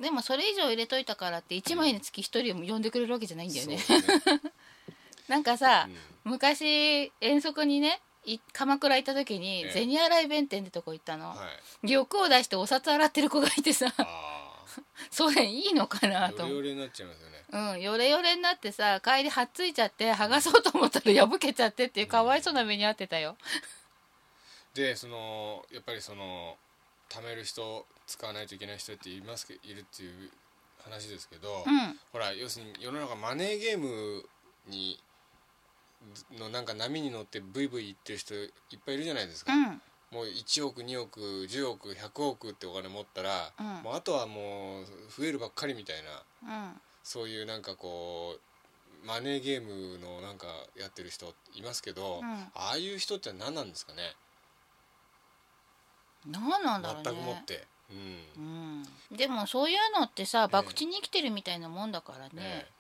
S1: でもそれ以上入れといたからって1枚につき1人呼んでくれるわけじゃないんだよね。
S2: そうですね
S1: なんかさ、
S2: うん
S1: 昔遠足にねい鎌倉行った時に
S2: ええ
S1: 銭洗弁天ってとこ行ったの、
S2: はい
S1: 欲を出してお札洗ってる子がいてさ
S2: あ
S1: それいいのかな
S2: あ
S1: と
S2: ヨ
S1: 思う
S2: レヨ。レになっちゃいますよね
S1: うん、ヨレヨレになってさ帰りはっついちゃって剥がそうと思ったら破けちゃってっていうかわいそうな目に遭ってたよ、
S2: でそのやっぱりその貯める人使わないといけない人っていますけいるっていう話ですけど、
S1: うん、
S2: ほら要するに世の中マネーゲームにのなんか波に乗ってブイブイ言ってる人いっぱいいるじゃないですか、
S1: うん
S2: もう1億2億10億100億ってお金持ったら、
S1: うん
S2: もうあとはもう増えるばっかりみたいな
S1: うん
S2: そういうなんかこうマネーゲームのなんかやってる人いますけど、
S1: うん
S2: ああいう人って何なんですかね
S1: 何なんだろうね
S2: 全くもって、うん
S1: うん、でもそういうのってさ
S2: え
S1: 博打に生きてるみたいなもんだからね、
S2: ええ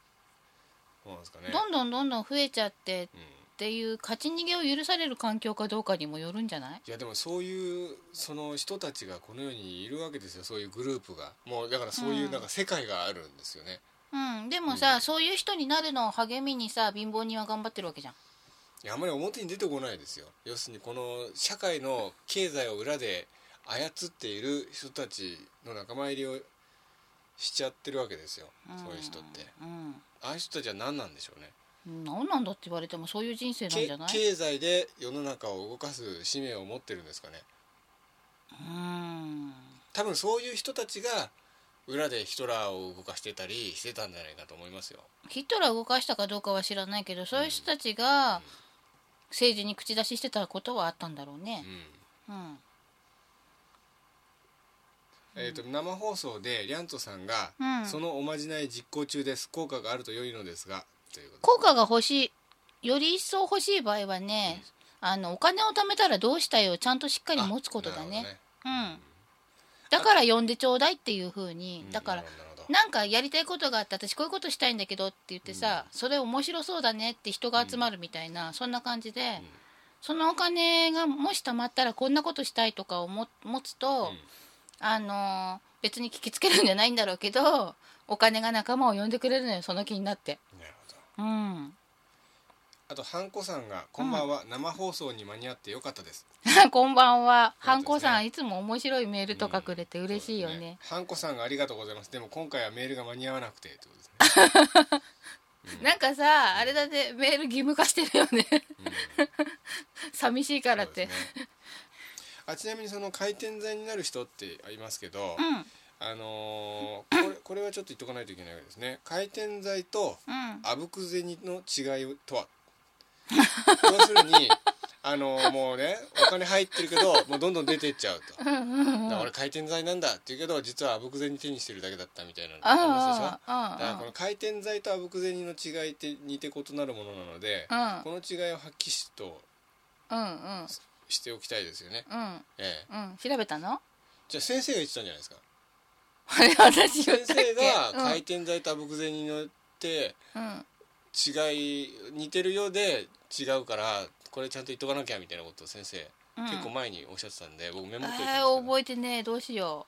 S2: そうなんですかね
S1: どんどんどんどん増えちゃってっ
S2: うん
S1: ていう勝ち逃げを許される環境かどうかにもよるんじゃない
S2: いやでもそういうその人たちがこの世にいるわけですよそういうグループがもうだからそういううんなんか世界があるんですよね、
S1: うんでもさ、
S2: うん
S1: そういう人になるのを励みにさ貧乏人は頑張ってるわけじゃん
S2: いやあんまり表に出てこないですよ要するにこの社会の経済を裏で操っている人たちの仲間入りをしちゃってるわけですよ、そういう人って
S1: う
S2: ああいう人たちは何なんでしょうね
S1: ん何なんだって言われてもそういう人生なん
S2: け
S1: じゃない
S2: 経済で世の中を動かす使命を持ってるんですかね
S1: うん
S2: 多分そういう人たちが裏でヒトラーを動かしてたりしてたんじゃないかと思いますよ。
S1: ヒトラーを動かしたかどうかは知らないけどそういう人たちが政治に口出ししてたことはあったんだろう
S2: う
S1: ね
S2: ん
S1: うん
S2: えー、と生放送でリャントさんが、
S1: うん
S2: そのおまじない実行中です効果があると良いのですが」ということ
S1: 効果が欲しいより一層欲しい場合はね、あのお金を貯めたらどうしたいをちゃんとしっかり持つことだねうんだから呼んでちょうだいっていう風に、だから
S2: なるほど
S1: なんかやりたいことがあって私こういうことしたいんだけどって言ってさ、それ面白そうだねって人が集まるみたいな、そんな感じで、そのお金がもし貯まったらこんなことしたいとかをも持つと、
S2: うん
S1: あのー別に聞きつけるんじゃないんだろうけどお金が仲間を呼んでくれるのよその気になって。
S2: なるほ
S1: う
S2: ど
S1: ん、
S2: あとハンコさんが「こんばんは、生放送に間に合ってよかったです」
S1: こんばんは。
S2: そう
S1: ハン
S2: ですね
S1: コさん、いつも面白いメールとかくれて嬉しいよ
S2: そうです
S1: ね。
S2: ハンコさんがありがとうございますでも今回はメールが間に合わなくてってことですね うん
S1: なんかさ、あれだね、メール義務化してるよね。寂しいからっ
S2: そうで
S1: て。
S2: すねあちなみにその回転剤になる人って言いますけど、
S1: うん、
S2: あのーこれこれはちょっと言っとかないといけないわけですね回転剤と
S1: うん。
S2: あぶく銭の違いとは要するにあのーもうねお金入ってるけどもうどんどん出てっちゃうとだから俺回転剤なんだって言うけど実はあぶく銭手にしてるだけだったみたいなのありますでしょ
S1: ああ
S2: だからこの回転剤とあぶく銭の違いって似て異なるものなので、
S1: うん
S2: この違いを発揮しと
S1: うんうん
S2: しておきたいですよね、
S1: うん
S2: ええ、
S1: うん調べたの
S2: じゃあ先生が言ってたんじゃないですか
S1: あれ私言
S2: 先
S1: ったっけ
S2: 生が回転剤とあぶく銭のって
S1: うんうん
S2: 違い似てるようで違うからこれちゃんと言っとかなきゃみたいなことを先生、
S1: うん
S2: 結構前におっしゃってたんで僕メモっといて
S1: えー覚えてねえどうしよ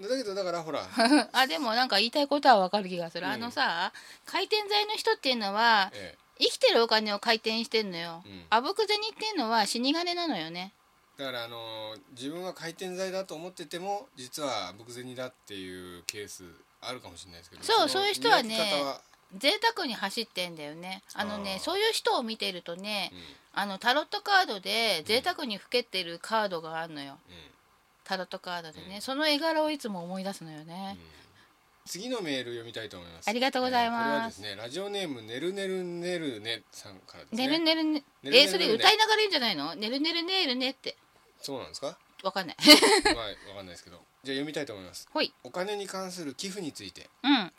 S2: だけどだから ほら
S1: うあでもなんか言いたいことはわかる気がする、
S2: うん
S1: あのさ回転剤の人っていうのは
S2: ええ
S1: 生きてるお金を回転してんのよ
S2: うん
S1: あぶく銭っていうのは死神なのよね
S2: だからあのー自分は回転剤だと思ってても実はあぶく銭だっていうケースあるかもしれないですけど
S1: そう
S2: の
S1: そういう人はね
S2: 見分け方は
S1: 贅沢に走ってんだよねあのね
S2: あー
S1: そういう人を見てるとね
S2: うん
S1: あのタロットカードで贅沢にふけてるカードがあるのよタロットカードでね、
S2: うん
S1: その絵柄をいつも思い出すのよ
S2: うんう
S1: ね
S2: ん、次のメール読みたいと思います
S1: ありがとうございます
S2: えーこれはですねラジオネームねるねるねるねさんからですね
S1: ねるねるね
S2: ねるねるね
S1: えーそれ歌いながらいいんじゃないのねるねるねるねって
S2: そうなんですか
S1: わかんない
S2: まあわかんないですけどじゃあ読みたいと思います
S1: ほい
S2: お金に関する寄付について
S1: うんうん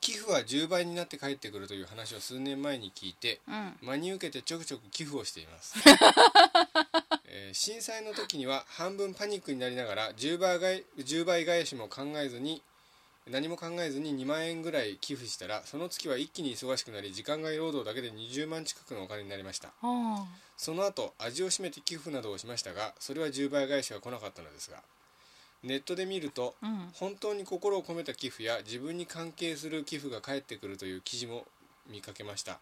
S2: 寄付は10倍になって帰ってくるという話を数年前に聞いて
S1: あ
S2: 真に受けてちょくちょく寄付をしています、えー震災の時には半分パニックになりながら10倍返10倍返しも考えずに何も考えずに2万円ぐらい寄付したらその月は一気に忙しくなり時間外労働だけで20万近くのお金になりました
S1: あ
S2: その後味を占めて寄付などをしましたがそれは10倍返しは来なかったのですがネットで見ると
S1: うん
S2: 本当に心を込めた寄付や自分に関係する寄付が返ってくるという記事も見かけました
S1: ん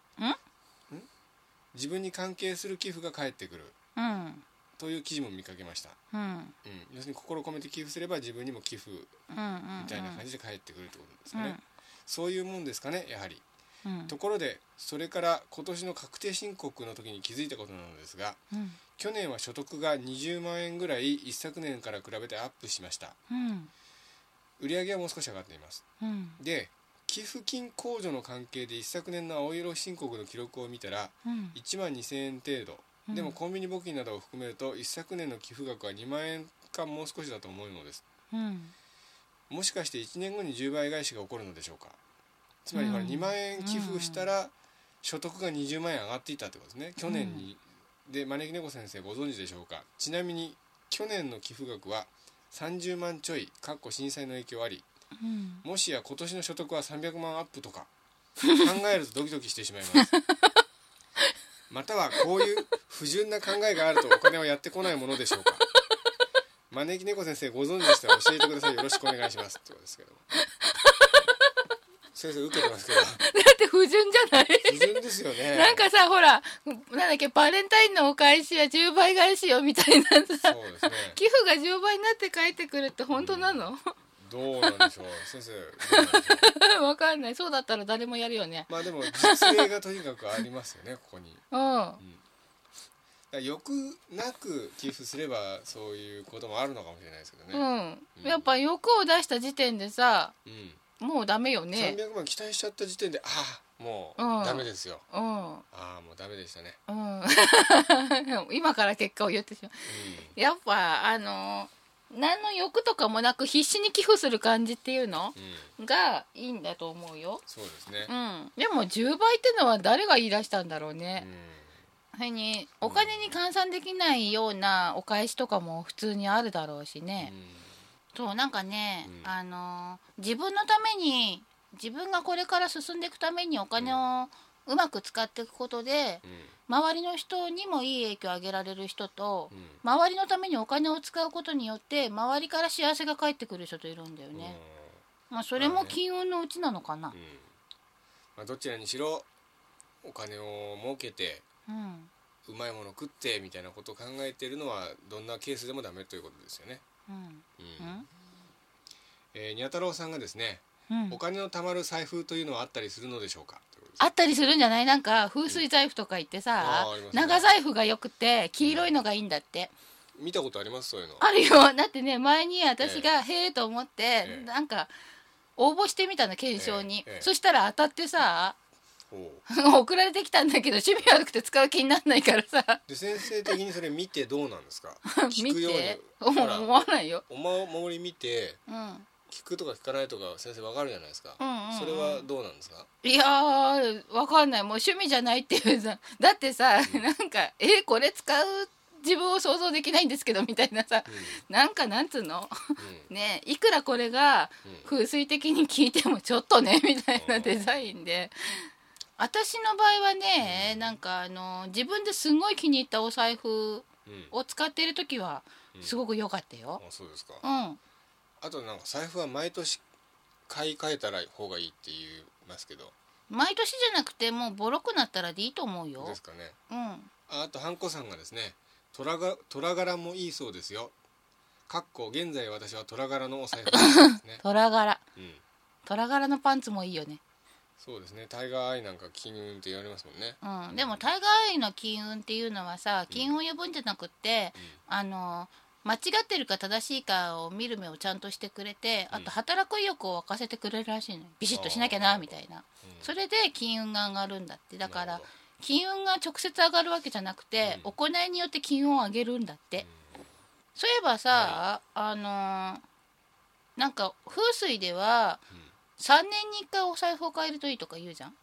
S2: 自分に関係する寄付が返ってくる
S1: うん
S2: という記事も見かけました、
S1: うんうん
S2: うん、要するに心を込めて寄付すれば自分にも寄付み
S1: うんうん
S2: たいな感じで返ってくるってことです
S1: う
S2: かね、
S1: ん
S2: そういうもんですかねやはり
S1: うん
S2: ところでそれから今年の確定申告の時に気づいたことなのですが
S1: うん
S2: 去年は所得が20万円ぐらい一昨年から比べてアップしました
S1: うん
S2: 売上はもう少し上がっています
S1: うん
S2: で寄付金控除の関係で一昨年の青色申告の記録を見たら
S1: うん
S2: 1万2000円程度
S1: うん
S2: でもコンビニ募金などを含めると一昨年の寄付額は2万円かもう少しだと思うのです
S1: うん
S2: もしかして1年後に10倍返しが起こるのでしょうかつまり
S1: うん
S2: これ2万円寄付したら所得が20万円上がっていたってことですね去年に、で招き猫先生ご存知でしょうかちなみに去年の寄付額は30万ちょいかっこ震災の影響あり
S1: うん
S2: もしや今年の所得は300万アップとか考えるとドキドキしてしまいます またはこういう不純な考えがあるとお金はやってこないものでしょうか招き猫先生ご存知でしたら教えてくださいよろしくお願いしますってことですけども先生受けてますけど
S1: だって不純じゃない
S2: 不純ですよね
S1: なんかさほらなんだっけバレンタインのお返しや10倍返しよみたいなさ
S2: そうですね
S1: 寄付が10倍になって帰ってくるって本当なの
S2: どうなんでしょう先生どうなんでしょう
S1: わかんないそうだったら誰もやるよね
S2: まあでも実例がとにかくありますよねここに
S1: うん
S2: だから欲なく寄付すればそういうこともあるのかもしれないですけどね
S1: うん、やっぱ欲を出した時点でさ
S2: うん
S1: もうダメよね
S2: 300万期待しちゃった時点でああもう
S1: うん
S2: ダメですよ、
S1: うんうん
S2: ああもうダメでしたね、
S1: 今から結果を言ってしまうやっぱあの何の欲とかもなく必死に寄付する感じっていうの
S2: うん、うん、
S1: がいいんだと思うよ
S2: そうですね
S1: う、んでも10倍ってのは誰が言い出したんだろう
S2: う
S1: ね
S2: ん、
S1: それにお金に換算できないようなお返しとかも普通にあるだろうしね、そうなんかね、
S2: うん
S1: あのー自分のために自分がこれから進んでいくためにお金をうまく使っていくことで
S2: うん
S1: 周りの人にもいい影響をあげられる人と
S2: うん
S1: 周りのためにお金を使うことによって周りから幸せが返ってくる人といるんだよ
S2: うん
S1: ね、まあそれも金運のうちなのかな、
S2: うんまあ、どちらにしろお金を儲けて
S1: うん
S2: うまいもの食ってみたいなことを考えてるのはどんなケースでもダメということですよね。
S1: うん
S2: う
S1: う
S2: ん
S1: ん
S2: えー、にゃ太郎さんがですね、
S1: うん
S2: お金の貯まる財布というのはあったりするのでしょうかということです
S1: あったりするんじゃないなんか風水財布とか言ってさ
S2: あーありますね
S1: 長財布がよくて黄色いのがいいんだって
S2: 見たことありますそういうの
S1: あるよだってね前に私がへえと思って
S2: ええ
S1: なんか応募してみたの検証に
S2: ええええ
S1: そしたら当たってさ
S2: ほう
S1: 送られてきたんだけど趣味悪くて使う気にならないからさ
S2: で先生的にそれ見てどうなんですか
S1: 見
S2: 聞くように
S1: て
S2: ほ
S1: 思
S2: ら
S1: わないよ
S2: お守り見て
S1: うん
S2: 聞くとか聞かないとか先生わかるじゃないですか、
S1: うんうんうん
S2: それはどうなんですか
S1: いやーわかんないもう趣味じゃないっていうさだってさなんかえこれ使う自分を想像できないんですけどみたいなさなんかなんつうのねいくらこれが
S2: うん、うん
S1: 風水的に聞いてもちょっとねみたいなデザインで私の場合はねなんかあの自分ですごい気に入ったお財布
S2: うん
S1: を使っている時はすごく良かったよ。
S2: あそうですか
S1: うん、
S2: あとなんか財布は毎年買い替えたら方がいいって言いますけど
S1: 毎年じゃなくてもうボロくなったらでいいと思うよ
S2: で。すかね
S1: うん、、
S2: ああとハンコさんがですね虎が虎柄もいいそうですよかっこ現在私は虎柄のお財布ですね
S1: 虎柄
S2: うん、
S1: 虎柄のパンツもいいよね。
S2: そうですねタイガーアイなんか金運って言われますもんね
S1: うん、でもタイガーアイの金運っていうのはさ金運を呼ぶんじゃなくって、あの間違ってるか正しいかを見る目をちゃんとしてくれてあ
S2: うん
S1: と働く意欲を沸かせてくれるらしいのよビシッとしなきゃ
S2: あ
S1: な
S2: ー
S1: みたいな
S2: うん
S1: それで金運が上がるんだってだか
S2: な
S1: ら
S2: るほど
S1: 金運が直接上がるわけじゃなくて、
S2: うん
S1: 行いによって金運を上げるんだって、そういえばさ、あのーなんか風水では
S2: うん
S1: 3年に1回お財布を変えるといいとか言うじゃん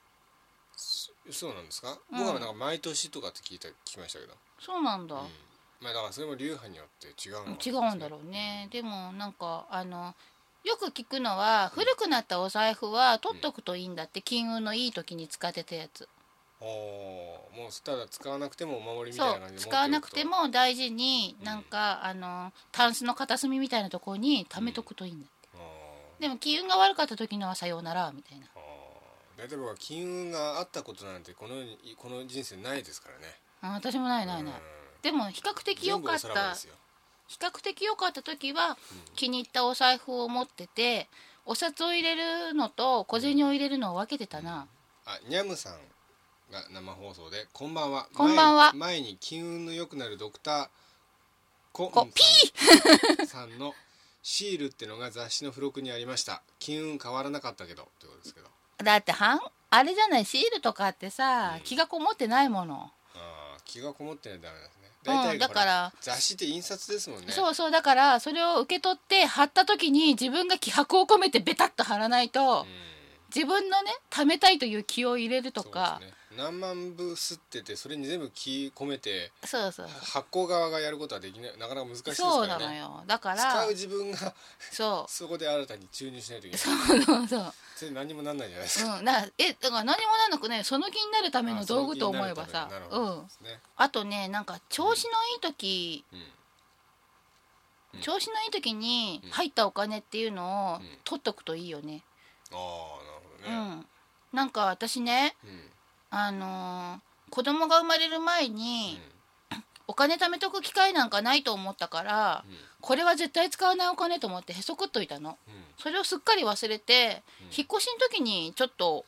S2: そうなんですか、
S1: うん
S2: 僕はなんか毎年とかって聞いた聞きましたけど、
S1: そうなんだ、
S2: うんまあだからそれも流派によって違うのかもし
S1: 違
S2: れな
S1: う
S2: い
S1: んだ
S2: ですね
S1: ろうねでもなんかあのよく聞くのは古くなったお財布は取っとくといいんだって金運のいい時に使ってたやつ
S2: おーもうただ使わなくてもお守りみた
S1: そ
S2: いな感じ
S1: う
S2: で
S1: 使わなくて
S2: 持っ
S1: も大事に
S2: うん
S1: なんか、あのタンスの片隅みたいなところに貯めとくといいんだって、
S2: ておくと
S1: でも金運が悪かった時のはさようならみたいな
S2: あーあー大体僕は金運があったことなんてこの世にこの人生ないですからね
S1: あ私もないないない、でも比較的良かっ
S2: 全部おさらば
S1: た
S2: ですよ
S1: 比較的良かった時は気に入ったお財布を持っててお札を入れるのと小銭を入れるのを分けてたな、
S2: あニャムさんが生放送で「こんばんは」
S1: こんばんは
S2: 前前に金運の良くなるドクターコ
S1: こ
S2: ピー さんのシールってのが雑誌の付録にありました金運変わらなかったけどということですけど
S1: だってはんあれじゃないシールとかってさ、
S2: うん
S1: 気がこもってないもの、
S2: あー気がこもってないとダメなんですね
S1: うん
S2: が
S1: だから
S2: ほ雑誌って印刷ですもんね
S1: そうそうだからそれを受け取って貼った時に自分が気迫を込めてベタッと貼らないと、
S2: うん
S1: 自分のね貯めたいという気を入れるとか
S2: そうですね何万部吸っててそれに全部気込めて
S1: そう,、そう
S2: 発行側がやることはできないなかなか難しいです
S1: そう
S2: か
S1: な
S2: ら
S1: の
S2: ね
S1: よだから
S2: 使う自分が
S1: そ
S2: そこで新たに注入しないといけないう
S1: そうそうそう
S2: それ何もなんないじゃないですか
S1: うんだからえだから何もなんなくねその気になるための
S2: あ
S1: 道具と思えばさ
S2: その気になるた
S1: う
S2: めになるほど
S1: ん
S2: ですね
S1: あとねなんか調子のいい時、
S2: うんうん
S1: 調子のいい時に
S2: うん
S1: 入ったお金っていうのを
S2: うん
S1: 取っとくといいよね、
S2: ああ
S1: う
S2: なるほ
S1: ん、なんか私ね、
S2: どねうん
S1: あのー子供が生まれる前
S2: うん
S1: にお金貯めとく機会なんかないと思ったから
S2: うん
S1: これは絶対使わないお金と思ってへそくっといたの
S2: うん
S1: それをすっかり忘れて、
S2: うん
S1: 引っ越しの時にちょっと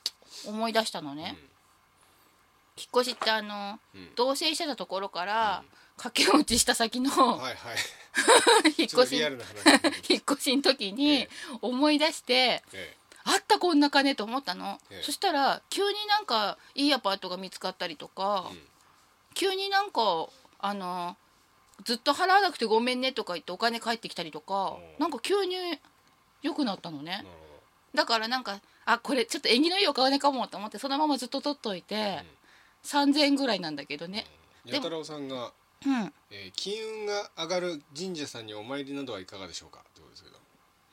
S1: 思い出したのね、引っ越しってあの
S2: うんうん
S1: 同棲してたところから、駆け落ちした先の
S2: はいはい
S1: 引っ
S2: ちょ
S1: 越
S2: っと
S1: し
S2: リア
S1: 引
S2: ルな話
S1: っ 越しの時に
S2: え
S1: 思い出して、
S2: え
S1: あったこんな金と思ったの、
S2: ええ
S1: そしたら急になんかいいアパートが見つかったりとか、
S2: うん
S1: 急になんかあのずっと払わなくてごめんねとか言ってお金返ってきたりとか
S2: おう
S1: なんか急に良くなったの
S2: えな
S1: ね
S2: る
S1: だからなんかあこれちょっと縁起のいいお金かもと思ってそのままずっと取っといて、3000円ぐらいなんだけどね
S2: ほど八太郎さんが
S1: うん
S2: えー金運が上がる神社さんにお参りなどはいかがでしょうかということですけど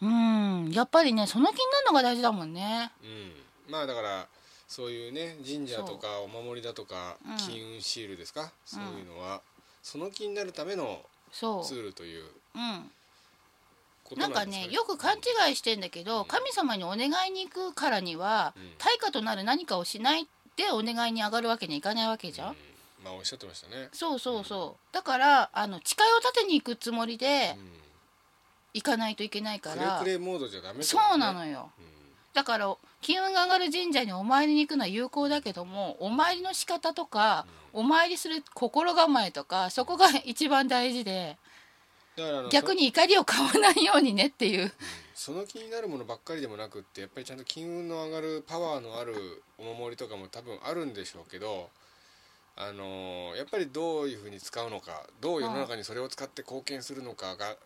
S1: うんやっぱりねその気になるのが大事だもんね
S2: うんまあだからそういうね神社とかお守りだとか
S1: うん
S2: 金運シールですかそういうのはその気になるための
S1: そ
S2: ツールという
S1: ううん
S2: こと
S1: な
S2: なんん
S1: か
S2: です
S1: ねよく勘違いしてんだけど、
S2: うん
S1: 神様にお願いに行くからには、
S2: うん
S1: 対価となる何かをしないでお願いに上がるわけにいかないわけじゃん、
S2: うまあおっしゃってましたね。
S1: そうそうそうだからあの誓いを立てに行くつもりで
S2: うん
S1: 行かないといけないか
S2: く
S1: ら、
S2: れくれモードじゃダメってことね
S1: そうなのよだから金運が上がる神社にお参りに行くのは有効だけどもお参りの仕方とか、お参りする心構えとかそこが一番大事で
S2: だからあの
S1: 逆に怒りを買わないようにねっていう
S2: その気になるものばっかりでもなくってやっぱりちゃんと金運の上がるパワーのあるお守りとかも多分あるんでしょうけど、あのーやっぱりどういうふうに使うのかどう世の中にそれを使って貢献するのかがはっ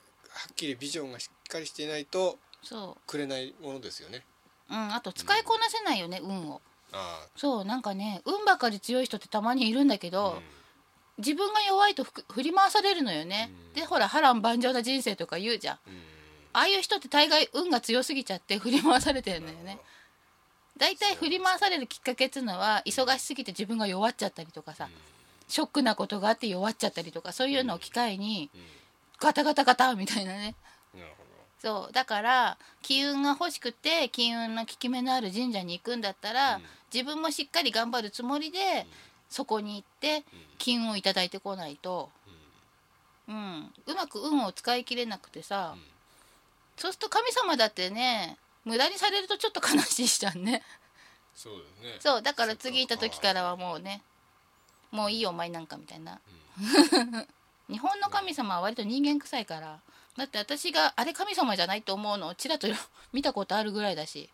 S2: きりビジョンがしっかりしていないと
S1: そ
S2: くれないものですよね。
S1: う、うん、あと使いこなせないよね運を
S2: あ
S1: そうなんかね運ばかり強い人ってたまにいるんだけ
S2: あ、
S1: ど、
S2: うん
S1: 自分が弱いとふく振り回されるのよね、
S2: うん
S1: でほら波乱万丈な人生とか言うじゃんあ
S2: うん
S1: あいう人って大概運が強すぎちゃって振り回されてるのよね大体振り回されるきっかけっていうのは忙しすぎて自分が弱っちゃったりとかさ、ショックなことがあって弱っちゃったりとかそういうのを機会に
S2: うん
S1: ガタガタガタみたいなね
S2: なるほ
S1: そうだから金運が欲しくて金運の効き目のある神社に行くんだったら、
S2: うん
S1: 自分もしっかり頑張るつもりで、そこに行って
S2: ど、うん
S1: 金運をいただいてこないと、うん、うまく運を使い切れなくてさ、
S2: うん
S1: そうすると神様だってね無駄にされるとちょっと悲しいじゃん ね
S2: そうですね
S1: そうだから次行った時からはもうねもういいよお前なんかみたいな、日本の神様は割と人間臭いからだって私があれ神様じゃないと思うのをちらっと 見たことあるぐらいだし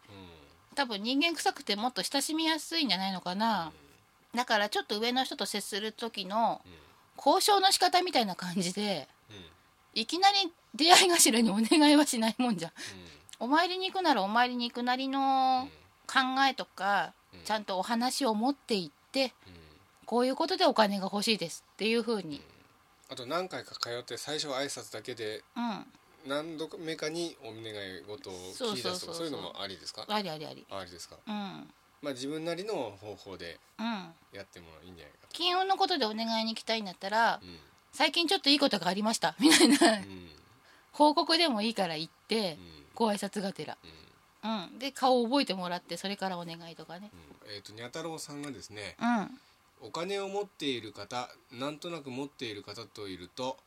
S2: う
S1: 多分人間臭くてもっと親しみやすいんじゃないのかな、だからちょっと上の人と接する時の
S2: ん
S1: 交渉の仕方みたいな感じで
S2: うんうん
S1: いきなり出会い頭にお願いはしないもんじゃん
S2: うん
S1: お参りに行くならお参りに行くなりの考えとか、
S2: うん
S1: ちゃんとお話を持っていって
S2: うん
S1: こういうことでお金が欲しいですっていうふうに、
S2: あと何回か通って最初は挨拶だけで
S1: うん、
S2: 何度目かにお願い事を聞き出すと
S1: そうそうそうそ
S2: か
S1: う
S2: そういうのもありですか
S1: ありありあり、
S2: ありですか
S1: うん
S2: まあ自分なりの方法で
S1: うん、
S2: やってもいいんじゃないか
S1: 金運のことでお願いに行きたいんだったら
S2: とうん
S1: 最近ちょっといいことがありました みたいな
S2: うん
S1: 報告でもいいから行って
S2: うんうん
S1: ご挨拶がてら、うん、で顔を覚えてもらってそれからお願いとかね
S2: うんえっとにゃ太郎さんがですね
S1: うん
S2: お金を持っている方なんとなく持っている方といると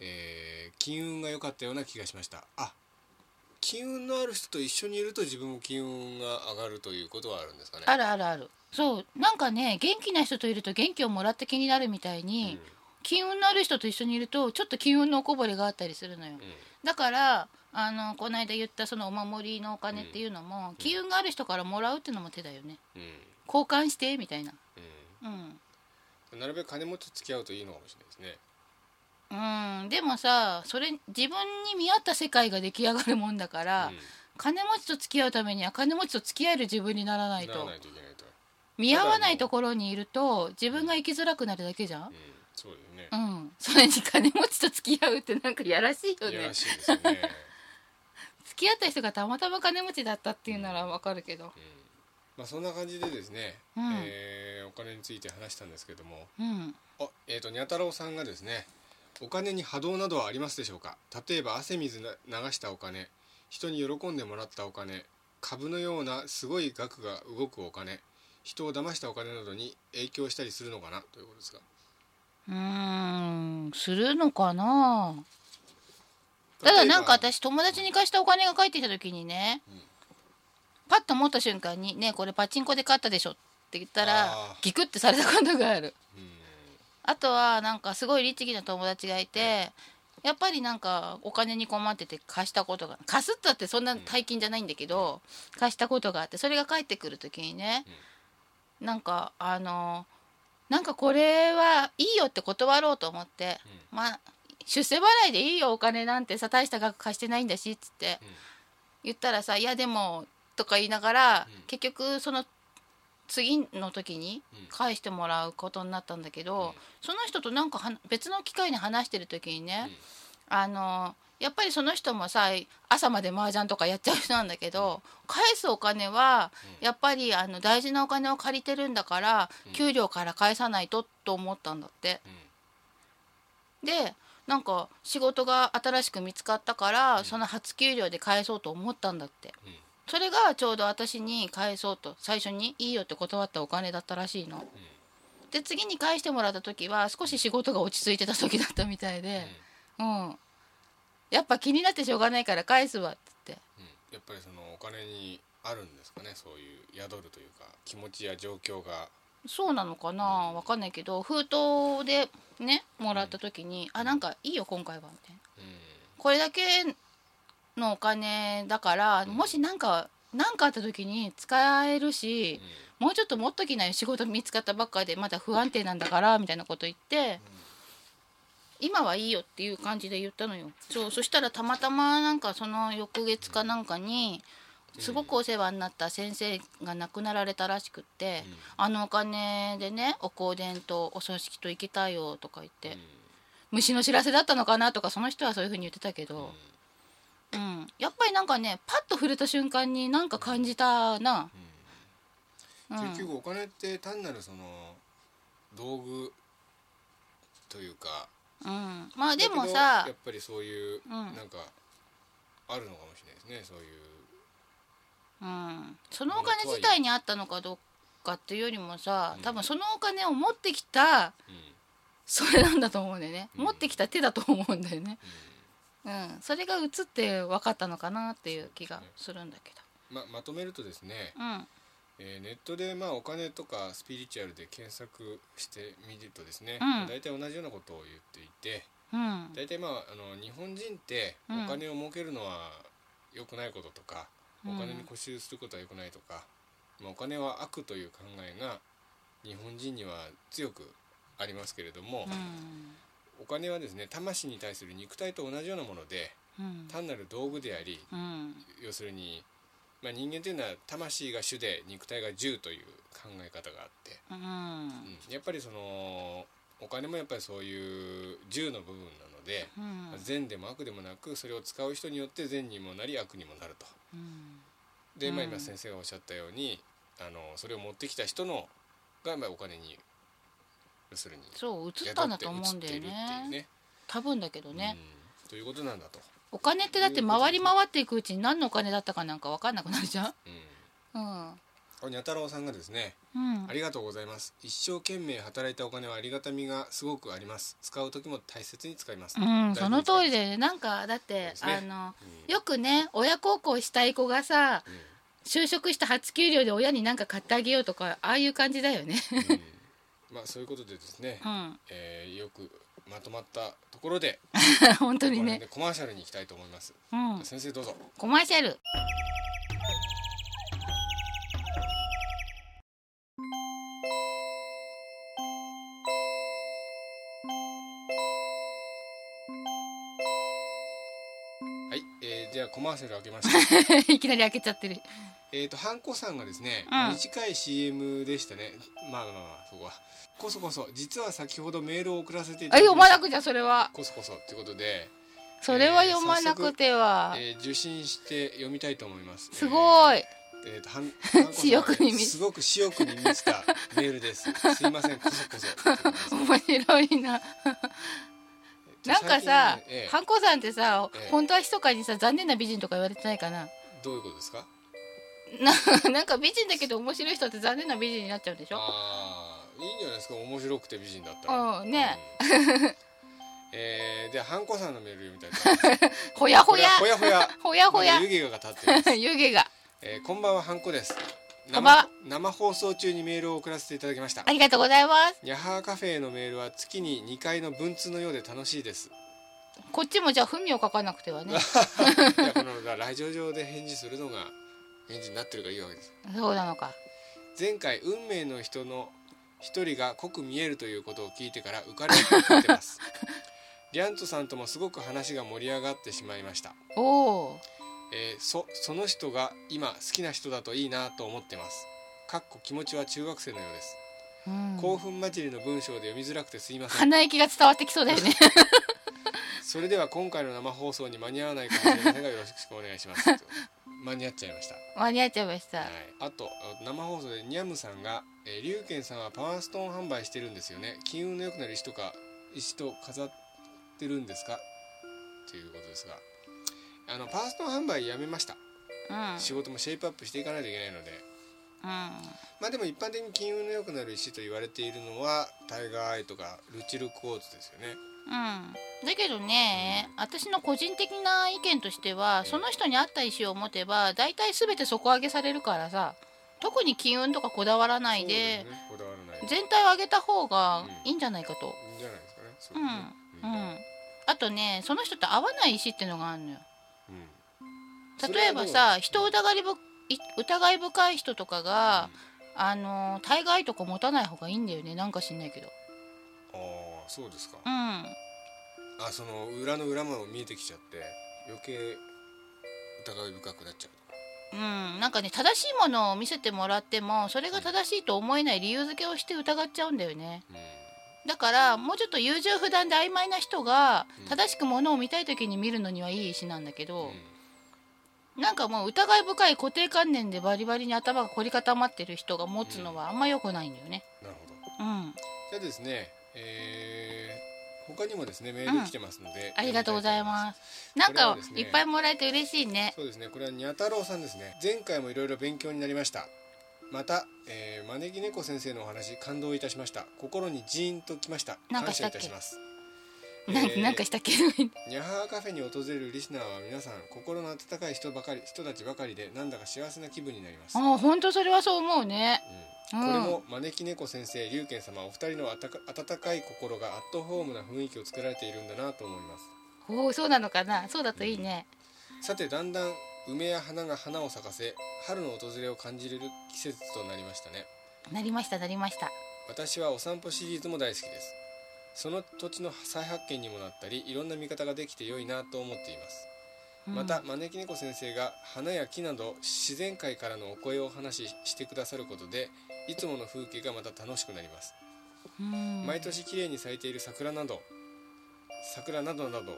S2: えー金運が良かったような気がしましたあ金運のある人と一緒にいると自分も金運が上がるということはあるんですかね
S1: あるあるあるそうなんかね元気な人といると元気をもらった気になるみたいに、金運のある人と一緒にいるとちょっと金運のおこぼれがあったりするのよ
S2: うんうん
S1: だからあのこの間言ったそのお守りのお金っていうのも、金運がある人からもらうってのも手だよね
S2: うん
S1: 交換してみたいな
S2: うん
S1: うん
S2: なるべく金持ちと付き合うといいのかもしれないですね。
S1: うんでもさそれ自分に見合った世界が出来上がるもんだから、金持ちと付き合うためには金持ちと付き合える自分にならな
S2: う
S1: い
S2: ん、なら
S1: と
S2: ないといけないと。
S1: 見合わないところにいると自分が生きづらくなるだけじゃ
S2: うん
S1: ん、
S2: そうですね
S1: う。ん、それに金持ちと付き合うってなんかやらしいよ
S2: いや
S1: ね
S2: らしいですよね。
S1: 付き合った人がたまたま金持ちだったっていうならわかるけど
S2: うん、まあそんな感じでですね、
S1: うん
S2: えーお金について話したんですけども、
S1: うん
S2: あえっ、とにゃ太郎さんがですね、お金に波動などはありますでしょうか。例えば汗水な流したお金、人に喜んでもらったお金、株のようなすごい額が動くお金、人を騙したお金などに影響したりするのかなということですが。
S1: うーんするのかなただなんか
S2: 例えば
S1: 私友達に貸したお金が返ってきた時にね、
S2: うん
S1: パッと持った瞬間に「ねえこれパチンコで買ったでしょ」って言った
S2: あ
S1: ら
S2: ー
S1: ギクってされたことがある
S2: うん
S1: あとはなんかすごい律儀な友達がいてやっぱりなんかお金に困ってて貸したことが貸すったってそんな大金じゃないんだけど、貸したことがあってそれが返ってくる時にね、なんかあのなんかこれはいいよって断ろうと思って、まあ出世払いでいいよお金なんてさ大した額貸してないんだしっつって、
S2: うん
S1: 言ったらさ「いやでも」とか言いながら、
S2: うん
S1: 結局その次の時に
S2: うん
S1: 返してもらうことになったんだけど、
S2: うん
S1: その人となんかは別の機会に話してる時にね、あのやっぱりその人もさ朝まで麻雀とかやっちゃう人なんだけど、返すお金は
S2: うん
S1: やっぱりあの大事なお金を借りてるんだから、
S2: うん
S1: 給料から返さないとと思ったんだって。
S2: うん
S1: でなんか仕事が新しく見つかったから、
S2: ん
S1: その初給料で返そうと思ったんだって
S2: うん
S1: それがちょうど私に返そうと最初に「いいよ」って断ったお金だったらしいの、で次に返してもらった時は少し仕事が落ち着いてた時だったみたいで、うんやっぱ気になってしょうがないから返すわっつって
S2: うん、やっぱりそのお金にあるんですかねそういう宿るというか気持ちや状況が
S1: そうなのかな、わかんないけど封筒でねもらった時に「あなんかいいよ今回は」みたいな
S2: うん
S1: これだけのお金だからもし何か何かあった時に使えるし
S2: うん、
S1: もうちょっと持っときなよ仕事見つかったばっかでまだ不安定なんだからみたいなこと言って、今はいいよっていう感じで言ったのよそうそしたらたまたまなんかその翌月かなんかにすごくお世話になった先生が亡くなられたらしくって、
S2: うん
S1: あのお金でねお香典とお葬式と行けたよとか言って、虫の知らせだったのかなとかその人はそういうふうに言ってたけど、うんやっぱりなんかねパッと触れた瞬間になんか感じたな、うん
S2: 結局お金って単なるその道具というか
S1: うん、まあでもさ
S2: だけどやっぱりそういう
S1: うん
S2: なんかあるのかもしれないですねそういう
S1: うん、そのお金自体にあったのかどうかっていうよりもさ多分そのお金を持ってきた
S2: うん
S1: それなんだと思うんだよね、
S2: うん
S1: 持ってきた手だと思うんだよね、うん、それが映って分かったのかなっていう気がするんだけ
S2: ままとめるとですね、
S1: ど、うん
S2: えーネットでまあお金とかスピリチュアルで検索してみるとですね、
S1: うん
S2: 大体同じようなことを言っていて
S1: うん
S2: 大体まああの日本人って
S1: うん
S2: お金を儲けるのは良くないこととか、
S1: うん
S2: お金に固執することは良くないとか、まあ、お金は悪という考えが日本人には強くありますけれども、
S1: うん
S2: お金はですね魂に対する肉体と同じようなもので
S1: うん
S2: 単なる道具であり
S1: うん
S2: 要するに、まあ、人間というのは魂が主で肉体が銃という考え方があって、
S1: うん
S2: うんやっぱりそのお金もやっぱりそういう銃の部分なので、
S1: うん
S2: 善でも悪でもなくそれを使う人によって善にもなり悪にもなると。で、まあ、
S1: うん
S2: 今先生がおっしゃったようにあのそれを持ってきた人のが、まあ、お金に要するに
S1: そう映っ
S2: った
S1: んだと思うんだよ
S2: ているっていう
S1: ね
S2: ね。
S1: 多分だけどね、
S2: うんということなんだと。
S1: お金ってだって回り回っていくうちに何のお金だったかなんか分かんなくなるじゃん
S2: うん
S1: うん、
S2: これにゃ太郎さんがですね、
S1: うん
S2: ありがとうございます。一生懸命働いたお金はありがたみがすごくあります。使う時も大切に使います。
S1: うん、その通り
S2: で。
S1: だよねなんかだって、
S2: そうで
S1: あ
S2: すね
S1: の
S2: うん
S1: よくね親孝行したい子がさ就職した初給料で親に何か買ってあげようとかああいう感じだよね
S2: うんうんまあ、そういうことでですね
S1: う。ん
S2: えーよくまとまったところで、
S1: 本当に
S2: この辺
S1: ね
S2: でコマーシャルに行きたいと思います。
S1: うん
S2: 先生どうぞ。
S1: コマーシャル
S2: はい、えー、じゃあコマーシャル開けまし た。
S1: いきなり開けちゃってる
S2: えっとハンコさんがですね、
S1: うん
S2: 短い CM でしたね。まあまあまあそこは。こそこそ実は先ほどメールを送らせてい
S1: あ
S2: き
S1: 読ま
S2: まし
S1: な
S2: た。
S1: くちゃそれは
S2: こそこそということで、
S1: それは読まなくては、
S2: えー、受信して読みたいと思います。
S1: すご
S2: い。
S1: い
S2: えーとハンハンコさん
S1: 私欲に満ち
S2: すごく私欲に満ちたメールです。すいませんこそこそ。
S1: 面白いななんかさ、
S2: 最近ねえ
S1: ハンコさんってさ、
S2: ええ
S1: 本当は密かにさ残念な美人とか言われてないかな
S2: ーどういうことですか？
S1: なんか美人だけど面白い人って残念な美人になっちゃうでしょ
S2: ああいいんじゃないですか面白くて美人だったら。
S1: うんね
S2: うん えー、ではハンコさんのメール読みたいと思います。
S1: ほやほや
S2: ほやほや。
S1: ほやほや。
S2: まだ湯気が立ってます
S1: 湯気が
S2: えーこんばんはハンコです。
S1: こんばんは
S2: 生生放送中にメールを送らせていただきました
S1: あ。りがとうございます
S2: ヤハーカフェへのメールは月に2回の文通のようで楽しいです。
S1: こっちもじゃあ文を書かなくて はね
S2: いやこのラジオ上で返事するのが返事になってるからいいわけです。
S1: そうなのか
S2: 前回運命の人の一人が濃く見えるということを聞いてから浮かれてくってますリャントさんともすごく話が盛り上がってしまいました、
S1: おお
S2: えーそその人が今好きな人だといいなと思ってますかっこ気持ちは中学生のようです、
S1: うん
S2: 興奮混じりの文章で読みづらくてすいません
S1: 鼻息が伝わってきそうだよね
S2: それでは今回の生放送に間に合わないかもしれませんがよろしくお願いします 間に合っちゃいました
S1: 間に合っちゃいました、
S2: はい、あと生放送でニャムさんが「えー龍拳さんはパワーストーン販売してるんですよね金運の良くなる石とか石と飾ってるんですか?」ということですがあのパワーストーン販売やめました、
S1: うん
S2: 仕事もシェイプアップしていかないといけないので
S1: う
S2: まあでも一般的に金運の良くなる石と言われているのはタイガーアイとかルチルクォーツですよね。
S1: んうんだけどね、私の個人的な意見としてはその人に合った石を持てば大体全て底上げされるからさ特に金運とかこだわらないで
S2: そうすね、こだわらない。
S1: 全体を上げた方がいいんじゃないかと。、
S2: いいんじゃないですかね。そううん
S1: う
S2: ね
S1: ん、あとねその人と合わない石ってのがあるのよ。
S2: うんうん
S1: 例えばさ人を疑りぶい疑い深い人とかが、あのー対外とか持たない方がいいんだよねなんか知んないけど
S2: ああそうですか。
S1: うん
S2: あその裏の裏も見えてきちゃって余計疑い深くなっちゃ
S1: うんなんかね正しいものを見せてもらってもそれが正しいと思えない理由付けをして疑っちゃうんだよね
S2: う。うん。
S1: だからもうちょっと優柔不断で曖昧な人が
S2: うん
S1: 正しくものを見たい時に見るのにはいい石なんだけど
S2: うん、
S1: なんかもう疑い深い固定観念でバリバリに頭が凝り固まってる人が持つのはあんま良くないんだよね
S2: なるほど。
S1: うん
S2: じゃあですね、えー、他にもですねメール来てますので、
S1: ありがとうござい
S2: す。
S1: ます。なん
S2: これは
S1: か
S2: ですね
S1: いっぱいもらえて嬉しいね。
S2: そうですねこれはにゃ太郎さんですね前回もいろいろ勉強になりましたまた、えー、招き猫先生のお話感動いたしました心にジーンときました
S1: なんか
S2: 感
S1: した
S2: 謝
S1: っ
S2: い
S1: け
S2: たします
S1: な
S2: えー
S1: なんかしたっけ
S2: にゃはーカフェに訪れるリスナーは皆さん心の温かい人ばかり人たちばかりでなんだか幸せな気分になります、
S1: あ
S2: うん、こ
S1: あ、本当それはそう思うね。うん。
S2: れも招き猫先生龍賢様お二人のあたか温かい心がアットホームな雰囲気を作られているんだなと思います
S1: おお、そうなのかな。そうだといいね。
S2: さてだんだん梅や花が花を咲かせ春の訪れを感じれる季節となりましたね
S1: なりました、なりました。
S2: 私はお散歩シリーズも大好きですその土地の再発見にもなったりいろんな見方ができて良いなと思っています、
S1: うん
S2: また招き猫先生が花や木など自然界からのお声をお話ししてくださることでいつもの風景がまた楽しくなります、
S1: うん
S2: 毎年綺麗に咲いている桜など桜などなど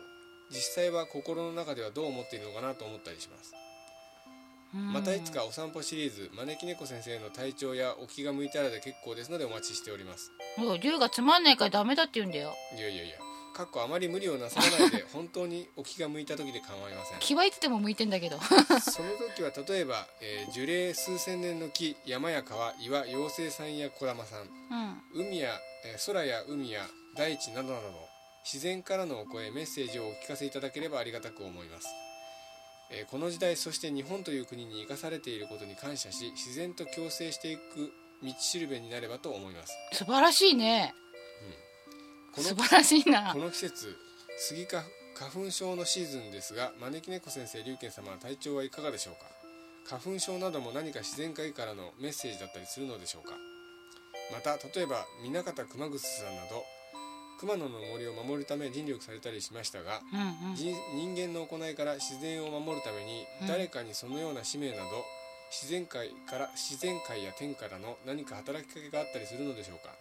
S2: 実際は心の中ではどう思っているのかなと思ったりしますまたいつ。かお散歩シリーズ招き猫先生の体調やお気が向いたらで結構ですのでお待ちしております
S1: うんおい龍がつまんないからダメだって言うんだよ。
S2: いやいやいやかっこあまり無理をなさらないで本当にお気が向いた時で構いません
S1: 気はいつでも向いてんだ けど。
S2: その時は例えば、えー樹齢数千年の木山や川岩妖精さんや小玉さん
S1: うん。
S2: 海や、えー空や海や大地などなど自然からのお声メッセージをお聞かせいただければありがたく思います、えーこの時代そして日本という国に生かされていることに感謝し自然と共生していく道しるべになればと思います
S1: 素晴らしいね。
S2: この
S1: 素晴らしいな
S2: こ。の季節スギ花花粉症のシーズンですが招き猫先生龍賢様は体調はいかがでしょうか花粉症なども何か自然界からのメッセージだったりするのでしょうかまた例えば南方熊楠さんなど熊野の森を守るため尽力されたりしましたが
S1: うんうん。
S2: 人人間の行いから自然を守るために
S1: うん
S2: 誰かにそのような使命など自然界から自然界や天からの何か働きかけがあったりするのでしょうか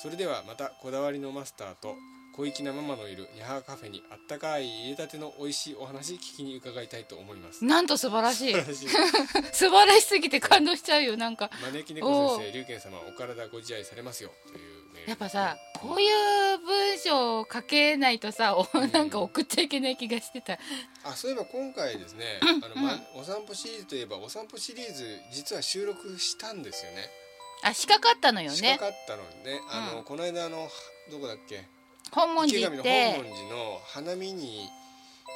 S2: それではまたこだわりのマスターと小粋なママのいるニハーカフェにあったかい入れたての美味しいお話聞きに伺いたいと思います
S1: なんと素晴ら しい。
S2: 私
S1: 素晴らしすぎて感動しちゃうよ。なんか。
S2: 招き猫 先生龍賢様お体ご自愛されますよというメール
S1: やっぱさ、
S2: うん
S1: こういう文章を書けないとさ、おなんか送っちゃいけない気がしてた。
S2: あそういえば今回ですね、あのまお散歩シリーズといえばお散歩シリーズ実は収録したんですよね
S1: あ、仕掛かったのよ
S2: 近
S1: ね。
S2: かったのにね、あの
S1: うん
S2: この間あのどこだっけ
S1: 本門
S2: 池
S1: 寺
S2: 上
S1: 行
S2: の
S1: っ
S2: 本
S1: て、
S2: 門寺の花見に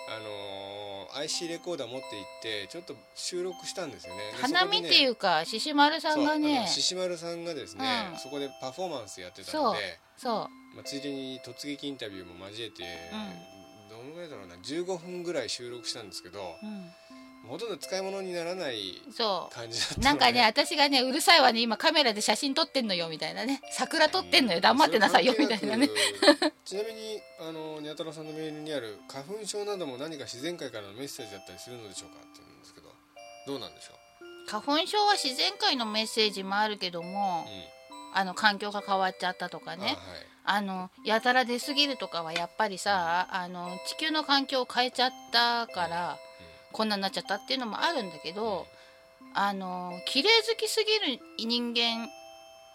S2: あのー IC レコーダー持って行ってちょっと収録したんですよね。で
S1: 花見っていううか、獅子丸さんがね、
S2: 獅子丸さんがですね、
S1: うん
S2: そこでパフォーマンスやってたので、
S1: そ
S2: まあ、ついでに突撃インタビューも交えて、どのぐらいだろうな15分ぐらい収録したんですけど、
S1: う、うん、
S2: ほとんど使い物にならない
S1: そ
S2: 感じだった
S1: う。
S2: ので
S1: なんかね、私がね、うるさいわね、今カメラで写真撮ってんのよみたいなね、桜撮ってんのよ、黙ってなさいよみたいなね。
S2: ちなみにあのにゃ太郎さんのメールにある花粉症なども何か自然界からのメッセージだったりするのでしょうかっていうんですけどどうなんでしょ
S1: 花粉症は自然界のメッセージもあるけど
S2: う、
S1: も
S2: うん、
S1: あの環境が変わっちゃったとか
S2: あはい
S1: ね、あのやたら出過ぎるとかはやっぱりさ、あの地球の環境を変えちゃったから、こんなになっちゃったっていうのもあるんだけど、あの綺麗好きすぎる人間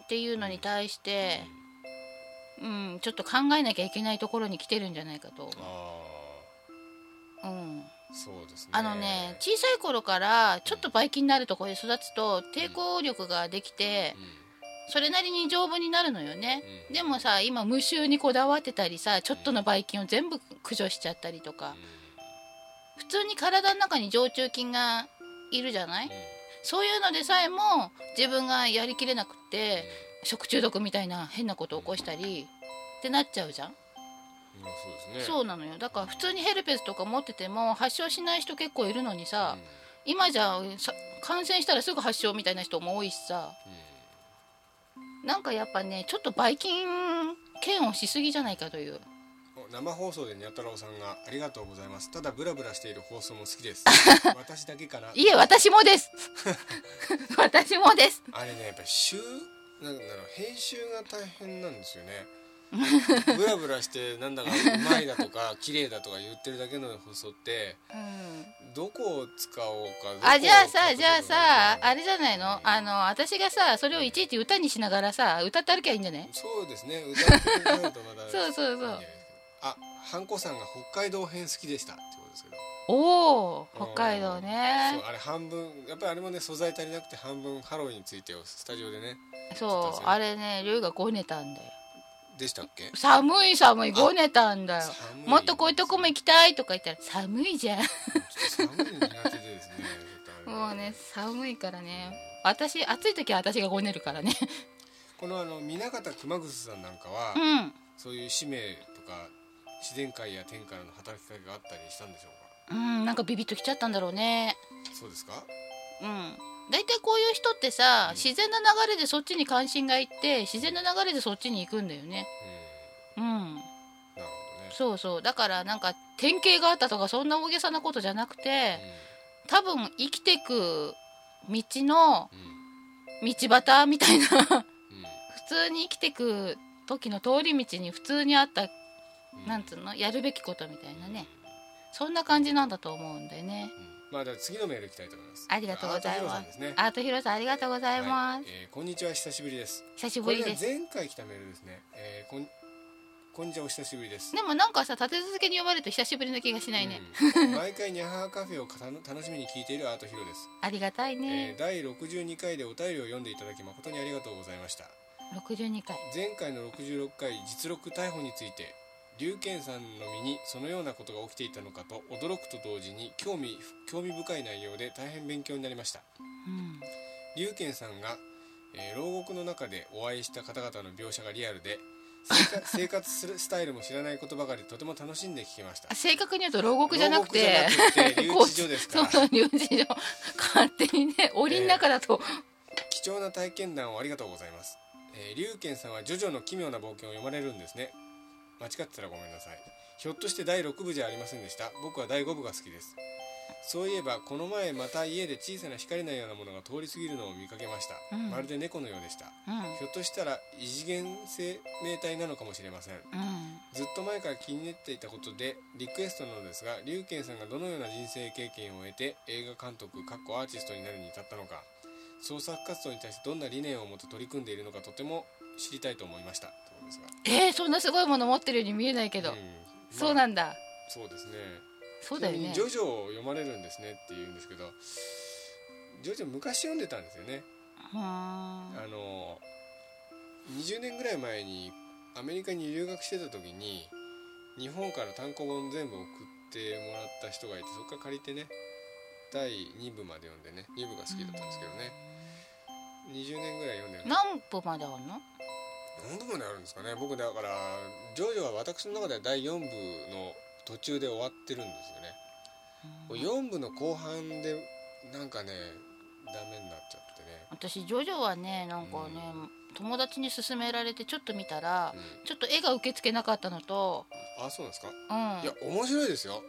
S1: っていうのに対して、うん、ちょっと考えなきゃいけないところに来てるんじゃないかと、
S2: あ
S1: うん、
S2: そうですね
S1: あのね小さい頃からちょっとばい菌になるところで育つと抵抗力ができてそれなりに丈夫になるのよね
S2: うん
S1: でもさ今無臭にこだわってたりさちょっとのばい菌を全部駆除しちゃったりとか普通に体の中に常駐菌がいるじゃないそういうのでさえも自分がやりきれなくて食中毒みたいな変なことを起こしたりってなっちゃうじゃん
S2: うんうんそうですね
S1: そうなのよだから普通にヘルペスとか持ってても発症しない人結構いるのにさ、今じゃさ感染したらすぐ発症みたいな人も多いしさ
S2: うんうん
S1: なんかやっぱねちょっとばい菌嫌悪しすぎじゃないかという
S2: お生放送でにゃ太郎さんが「ありがとうございますただブラブラしている放送も好きです私だけかない
S1: いえ私も です私もです
S2: あれねやっぱり週なんだろう編集が大変なんですよねブラブラしてなんだかうまいだとか綺麗だとか言ってるだけの放送ってどこを使おうかどこを
S1: あじゃあさ
S2: 書く
S1: じゃあさあ
S2: か
S1: れじゃないのあの私がさそれをいちいち歌にしながらさ歌って歩きゃいいんじゃね
S2: そうですね歌ってくれるとま だ
S1: そうそうそう
S2: いいんじゃないですかあハンコさんが北海道編好きでしたってことですけど
S1: おお北海道
S2: そ
S1: ね
S2: うあれ半分やっぱりあれもね素材足りなくて半分ハロウィンについてをスタジオでねそう
S1: そうあれね龍がごねたんだよ
S2: でしたっけ
S1: 寒い寒いごねたんだよ
S2: 寒
S1: もっとこういうとこも行きたいとか言ったら寒いじゃん
S2: ちょっと寒いの苦手でですね
S1: もうね寒いからね私暑い時は私がごねるからね
S2: このあの南方熊楠さんなんかは、
S1: うん
S2: そういう使命とか自然界や天からの働きかけがあったりしたんでしょう
S1: うんなんかビビッときちゃったんだろうね
S2: かそうですか
S1: うん大体こういう人ってさ
S2: うん
S1: 自然な流れでそっちに関心がいって自然な流れでそっちに行くんだよね
S2: うん
S1: うん
S2: なるほどね
S1: そうそうだからなんか典型があったとかそんな大げさなことじゃなくて多分生きてく道の
S2: うんうん
S1: 道端みたいな 普
S2: う
S1: 通に生きてく時の通り道に普通にあった
S2: んうん
S1: なんつうのやるべきことみたいなね
S2: うん
S1: そんな感じなんだと思うんでね
S2: うんまあ、では次のメールいきたいと思います。
S1: ありがとうございます
S2: アートヒロさんですね。
S1: アートヒロさんありがとうございます、
S2: はいえーこんにちは、久しぶりです。
S1: 久し
S2: こ
S1: ぶ
S2: れ
S1: り
S2: ね
S1: です
S2: 前回来たメールですね。えーこん。こんにちは、お久しぶりです。
S1: でもなんかさ立て続けに読まれると久しぶりな気がしないね、
S2: うん毎回ニャハハカフェをかたの楽しみに聞いているアートヒロです。
S1: ありがたい
S2: え
S1: ね
S2: ー、、第62回でお便りを読んでいただき誠にありがとうございました
S1: 62回
S2: 前回の66回実録逮捕について龍賢さんの身にそのようなことが起きていたのかと驚くと同時に興味興味深い内容で大変勉強になりました
S1: うん
S2: 龍賢さんが、えー牢獄の中でお会いした方々の描写がリアルで生活 生活するスタイルも知らないことばかりとても楽しんで聞きました
S1: あ正確に言うと牢獄じゃなくて
S2: 牢獄じゃなくて留
S1: こう
S2: 置所ですから
S1: そう留置所 勝手にね檻の中だと、
S2: 貴重な体験談をありがとうございます、えー、リュウケンさんはジョジョの奇妙な冒険を読まれるんですね間違ってたらごめんなさいひょっとして第6部じゃありませんでした僕は第5部が好きですそういえばこの前また家で小さな光のようなものが通り過ぎるのを見かけました、
S1: うん
S2: まるで猫のようでした
S1: うん
S2: ひょっとしたら異次元生命体なのかもしれません
S1: うん
S2: ずっと前から気になっていたことでリクエストなのですが龍賢さんがどのような人生経験を得て映画監督かっこアーティストになるに至ったのか創作活動に対してどんな理念を持って取り組んでいるのかとても知りたいと思いましたということですが
S1: えー、そんなすごいもの持ってるように見えないけど、
S2: うんまあ
S1: そうなんだ
S2: そうですね
S1: そうだよ
S2: ちなみ
S1: ね
S2: にジョジョを読まれるんですねって言うんですけどジョジョ昔読んでたんですよね
S1: うーん
S2: あの20年ぐらい前にアメリカに留学してた時に日本から単行本全部送ってもらった人がいてそこから借りてね第2部まで読んでね2部が好きだったんですけどね、20年ぐらい読んでる
S1: 何部まであんの
S2: 何部まであるんですかね僕だからジョジョは私の中では第4部の途中で終わってるんですよね、4部の後半でなんかねダメになっちゃってね
S1: 私ジョジョはねなんかね、友達に勧められてちょっと見たら、、
S2: う
S1: ちょっと絵が受け付けなかったのと
S2: ん、あそうなんですか
S1: うん
S2: いや面白いですよ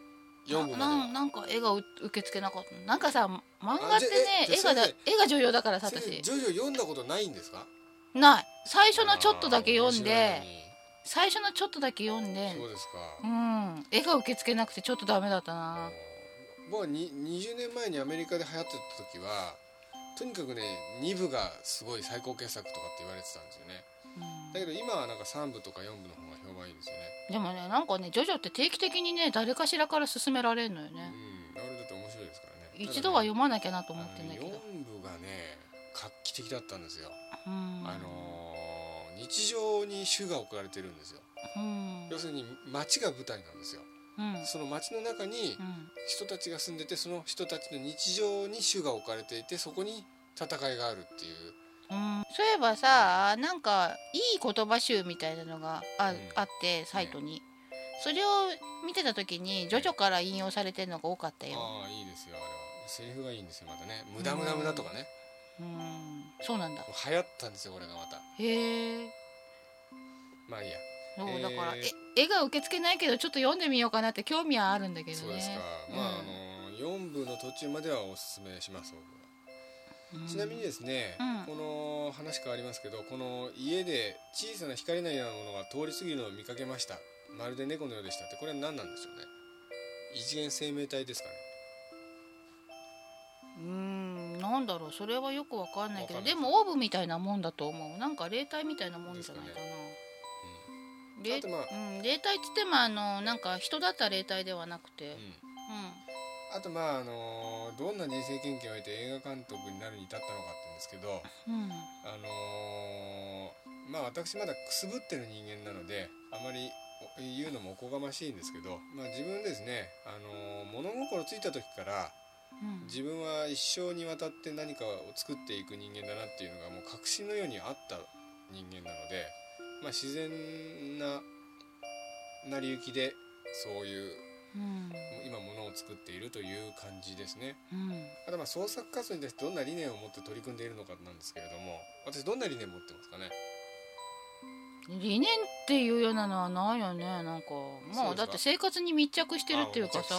S2: 4部まで
S1: な
S2: は
S1: ななんか絵がう受け付けなかったなんかさ漫画ってね
S2: あじゃえ
S1: 絵がだ
S2: じゃ
S1: 絵が重要だからさ
S2: 先生
S1: 私
S2: ジョジョ読んだことないんですか
S1: ない最初のちょっとだけ読ん
S2: あー
S1: で最初のちょっとだけ読ん
S2: 面
S1: で
S2: 白いのにそうですか、
S1: うん絵が受け付けなくてちょっとダメだったな
S2: 僕はに20年前にアメリカで流行ってた時はとにかくね2部がすごい最高傑作とかって言われてたんですよね
S1: うん
S2: だけど今はなんか3部とか4部の方が評判いいんですよね
S1: でもねなんかねジョジョって定期的にね誰かしらから勧められるのよね、
S2: 白いですからね
S1: 一度は読まなきゃなと
S2: ただ
S1: 思っ
S2: ね
S1: てんだけど、
S2: あの4部がね画期的だったんですよ、
S1: うん、
S2: あのー日常に主が置かれてるんですよ
S1: うん
S2: 要するに街が舞台なんですよ
S1: うん
S2: その街の中に
S1: うん
S2: 人たちが住んでてその人たちの日常に主が置かれていてそこに戦いがあるっていう
S1: うんそういえばさなんかいい言葉集みたいなのがあ,、
S2: うん
S1: あってサイトに、それを見てた時にジョジョから引用されてるのが多かったよ、
S2: ああいいですよあれはセリフがいいんですよまたね「無駄無駄無駄」とかね
S1: うん、そうなんだ
S2: もう流行ったんですよこれがまた
S1: へえ
S2: まあいいや
S1: そう
S2: へー
S1: だからえ絵が受け付けないけどちょっと読んでみようかなって興味はあるんだけどね
S2: そうですか、まああ
S1: うん
S2: の4部の途中まではおすすめします僕は
S1: うん
S2: ちなみにですね、
S1: うん
S2: この話変わりますけどこの家で小さな光のようなものが通り過ぎるのを見かけましたまるで猫のようでしたってこれは何なんでしょうね異次元生命体ですかね
S1: うんなんだろうそれはよくわかんないけど
S2: わかんな
S1: で
S2: い
S1: もオーブみたいなもんだと思うなんか霊体みたいなもんじゃないかな霊
S2: あとまあ
S1: うん、霊体っつってもあのなんか人だった霊体ではなく
S2: う
S1: て
S2: ん、
S1: う
S2: あとまああのどんな人生経験を得て映画監督になるに至ったのかってんですけど
S1: んうん
S2: あのーまあ私まだくすぶってる人間なのであまりお言うのもおこがましいんですけど、まあ、自分ですね、あのー物心ついた時から
S1: うん
S2: 自分は一生にわたって何かを作っていく人間だなっていうのがもう確信のようにあった人間なので、まあ、自然な成り行きでそういう
S1: うん
S2: 今物を作っているという感じですね。
S1: うん
S2: あとまあ創作活動に対してどんな理念を持って取り組んでいるのかなんですけれども私どんな理念持ってますかね
S1: 理念っていうようなのはないよねなんか
S2: そう
S1: ま
S2: で
S1: あ
S2: すか
S1: だって生活に密着してるっていうかさ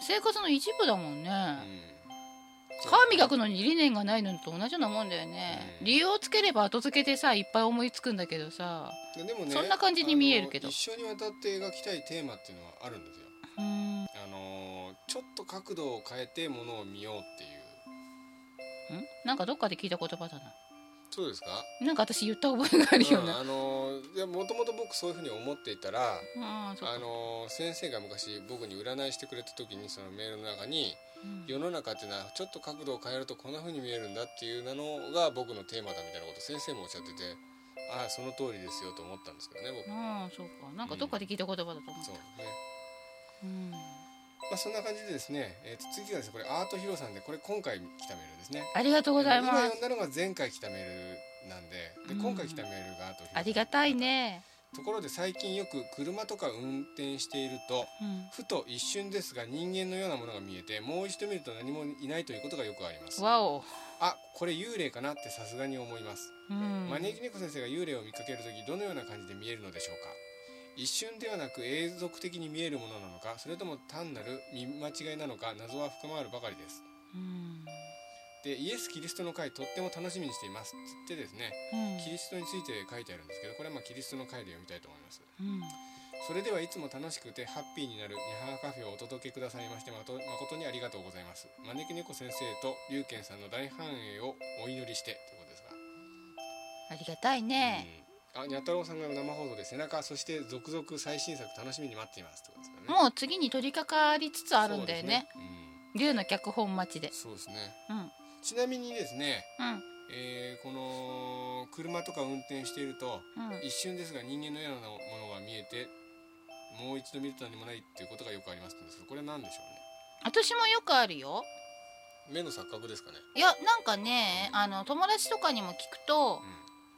S1: 生活の一部だもんね、
S2: あめちゃくちゃやってるうん
S1: 歯磨くのに理念がないのと同じようなもんだよね、
S2: うん
S1: 理由をつければ後付けでさいっぱい思いつくんだけどさ
S2: ででもね
S1: そんな感じに見えるけど
S2: あの一生にわたって描きたいテーマっていうのはあるんですよ
S1: うん
S2: あのーちょっと角度を変えてものを見ようっていうん
S1: なんかどっかで聞いた言葉だな
S2: そうですか
S1: なんか私言った覚えがあるよう
S2: うん
S1: な
S2: あのーいやもともと僕そういうふうに思っていたら
S1: ああそっか
S2: あのー先生が昔僕に占いしてくれた時にそのメールの中に
S1: うん
S2: 世の中っていうのはちょっと角度を変えるとこんな風に見えるんだっていうのが僕のテーマだみたいなこと先生もおっしゃっててああその通りですよと思ったんですけどね僕
S1: ああそうかなんかどっかで聞いた言葉だと思
S2: そうね、
S1: ううん
S2: まあ、そんな感じでですね、えーと次がですねこれアートヒロさんでこれ今回来たメールですね
S1: ありがとうござい
S2: 今
S1: ます
S2: 読んだのが前回来たメールなんでで
S1: うん
S2: 今回来たメールがアートヒロさん
S1: ありがたいね
S2: ところで最近よく車とか運転していると
S1: うん
S2: ふと一瞬ですが人間のようなものが見えてもう一度見ると何もいないということがよくあります
S1: わお
S2: あこれ幽霊かなってさすがに思います
S1: うん
S2: 招き猫先生が幽霊を見かけるときどのような感じで見えるのでしょうか一瞬ではなく永続的に見えるものなのかそれとも単なる見間違いなのか謎は深まるばかりです
S1: うん
S2: でイエス・キリストの会とっても楽しみにしていますって言ってですね
S1: うん
S2: キリストについて書いてあるんですけどこれはまあキリストの会で読みたいと思います
S1: うん
S2: それではいつも楽しくてハッピーになるニャハーカフェをお届けくださいましてまと誠にありがとうございます招き猫先生と龍賢さんの大繁栄をお祈りしてということですが
S1: ありがたいね
S2: うん、あ、にゃ太郎さんが生放送で背中、そして続々最新作楽しみに待っていますってことですよね。
S1: もう次に取り掛かりつつあるんだよね
S2: そうですね。
S1: 竜の脚本待ちで
S2: うん、そうですね。
S1: うん
S2: ちなみにですね、
S1: うん
S2: えーこの車とか運転していると
S1: うん
S2: 一瞬ですが人間のようなものが見えて、もう一度見ると何もないっていうことがよくありますんですけど、これなんでしょ
S1: 私もよくあるよ
S2: うね。目の錯覚ですかね。
S1: いやなんかねあの友達とかにも聞くと
S2: うん、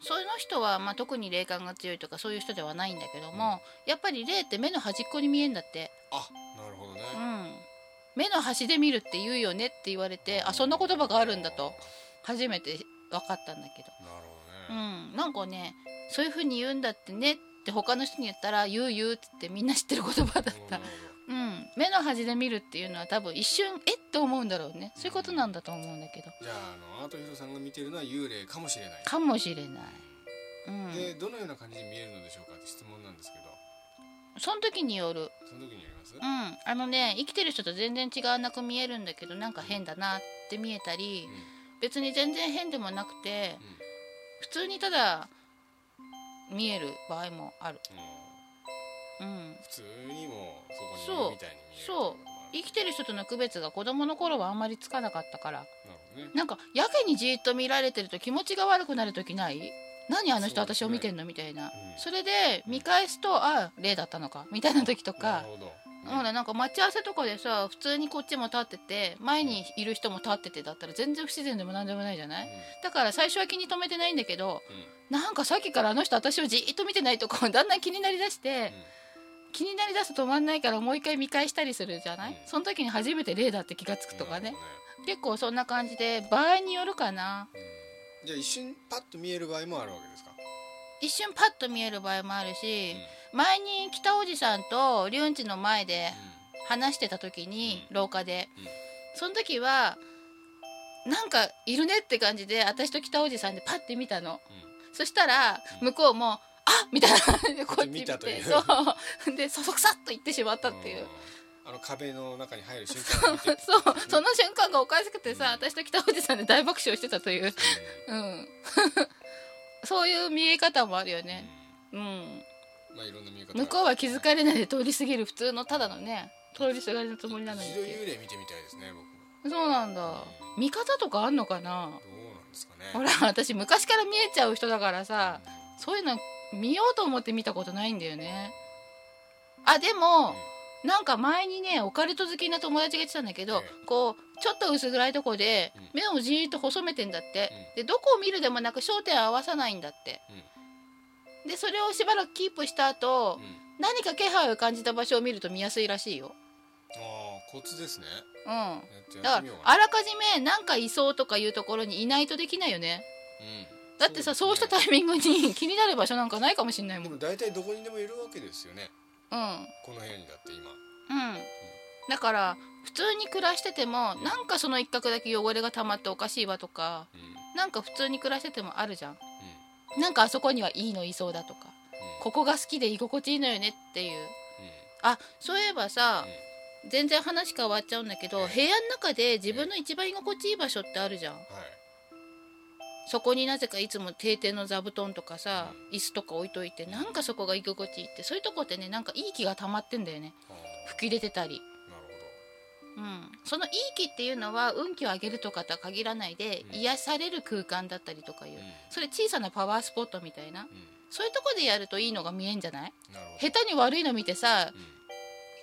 S1: その人は、まあ、特に霊感が強いとかそういう人ではないんだけども、やっぱり霊って目の端っこに見えんだって、
S2: あ、なるほどね。
S1: うん、目の端で見るって言うよねって言われてあそんな言葉があるんだと初めて分かったんだけ
S2: あー。なる
S1: ど、う
S2: ほどね。
S1: ん、なんかねそういう風に言うんだってねって他の人に言ったら「言う言う」ってってみんな知ってる言葉だっ
S2: うんな
S1: た
S2: る、
S1: うん、目の端で見るっていうのは多分一瞬えっと思うんだろうねそういうことなんだと思うんだけど
S2: ほどじゃああのアートヒロさんが見てるのは幽霊かもしれない。
S1: かもしれない、う
S2: で
S1: ん、
S2: どのような感じで見えるのでしょうかって質問なんですけど
S1: その時による
S2: その時にやります、
S1: うん、あのね生きてる人と全然違わなく見えるんだけどなんか変だなって見えたり
S2: うん
S1: 別に全然変でもなくて普通にただ見える場合もある、
S2: うんもう
S1: うん、
S2: 普通にもうそこにい
S1: そう
S2: るみたいに見える
S1: そう
S2: ってこともあ
S1: 生きてる人との区別が子供の頃はあんまりつかなかったから
S2: なるほどね
S1: なんかやけにじーっと見られてると気持ちが悪くなる時ない何あの人
S2: そうです
S1: 私
S2: ね
S1: を見てんのみたいな、
S2: うん
S1: それで見返すとあ霊だったのかみたいな時と
S2: な
S1: か
S2: るほど、ね
S1: ほらなんか待ち合わせとかでさ普通にこっちも立ってて前にいる人も立っててだったら全然不自然でも何でもないじゃないだから最初は気に留めてないんだけど
S2: うんうん
S1: なんかさっきからあの人私をじーっと見てないとこ だんだん気になりだして、気になりだすと止まんないからもう一回見返したりするじゃない、
S2: うん
S1: その時に初めて霊だって気がつくとかね
S2: なるほど
S1: 結構そんな感じで場合によるかな
S2: うんじゃあ一瞬パッと見える場合もあるわけですか、
S1: 一瞬パッと見える場合もあるし、前に北おじさんとリュウンチの前で話してた時に、
S2: う
S1: 廊下で、
S2: うん
S1: その時はなんかいるねって感じで私と北おじさんでパッて見たの、そしたら
S2: うん
S1: 向こうも「あみたいな感じでこっち見
S2: 見
S1: て
S2: たという
S1: そうでそそくさっと行ってしまったっていう。
S2: うんあの壁の中に入る瞬間を見て
S1: そうその瞬間がおかしくてさ、
S2: うん
S1: 私と北おじさんで大爆笑してたという、うん そういう見え方もあるよね、うん、
S2: うんまあいろんな見え方が
S1: 向こうは気づかれないで通り過ぎる普通のただのね通りすがりのつもりなのにっ
S2: 一
S1: て
S2: 度
S1: いう
S2: 幽霊見てみたいですね僕も
S1: そうなんだ見方とかあんのかな
S2: どうなんですかね
S1: ほら私昔から見えちゃう人だからさ
S2: うん
S1: そういうの見ようと思って見たことないんだよねあでもなんか前にねオカルト好きな友達が言ってたんだけど
S2: ええ
S1: こうちょっと薄暗いとこで
S2: うん
S1: 目をじーっと細めてんだってでどこを見るでもなく焦点を合わさないんだってでそれをしばらくキープした後
S2: うんうん
S1: 何か気配を感じた場所を見ると見やすいらしいよ
S2: ああコツですね
S1: うん
S2: やって
S1: だ
S2: や
S1: か
S2: ってみ
S1: ら
S2: ようかな
S1: あらかじめなんかいそうとかいうところにいないとできないよね
S2: うん
S1: だってさそう,、した
S2: で
S1: タイミングに気になる場所なんかないかもしんない
S2: すね
S1: もん
S2: で
S1: う
S2: も
S1: ん
S2: 大体どこにでもいるわけですよね
S1: うん
S2: この部屋にだって今
S1: だから普通に暮らしててもなんかその一角だけ汚れが溜まっておかしいわとか
S2: うん
S1: なんか普通に暮らしててもあるじゃん
S2: うん
S1: なんかあそこにはいいのいそうだとか
S2: うん
S1: ここが好きで居心地いいのよねっていう
S2: うん
S1: あそういえばさ全然話変わっちゃうんだけど部屋の中で自分の一番居心地いい場所ってあるじゃん
S2: はい
S1: そこになぜかいつも定点の座布団とかさ、椅子とか置いといてなんかそこが居心地いいってそういうとこってねなんかいい気が溜まってんだよね
S2: あ
S1: 吹き出てたり、
S2: ーなる
S1: うん、そのいい気っていうのは運気を上げるとかとは限らないで、
S2: うん
S1: 癒される空間だったりとかいう、
S2: ほど
S1: それ小さなパワースポットみたいな
S2: うんうん
S1: そういうとこでやるといいのが見えんじゃない
S2: なるほど
S1: 下手に悪いの見てさ
S2: うん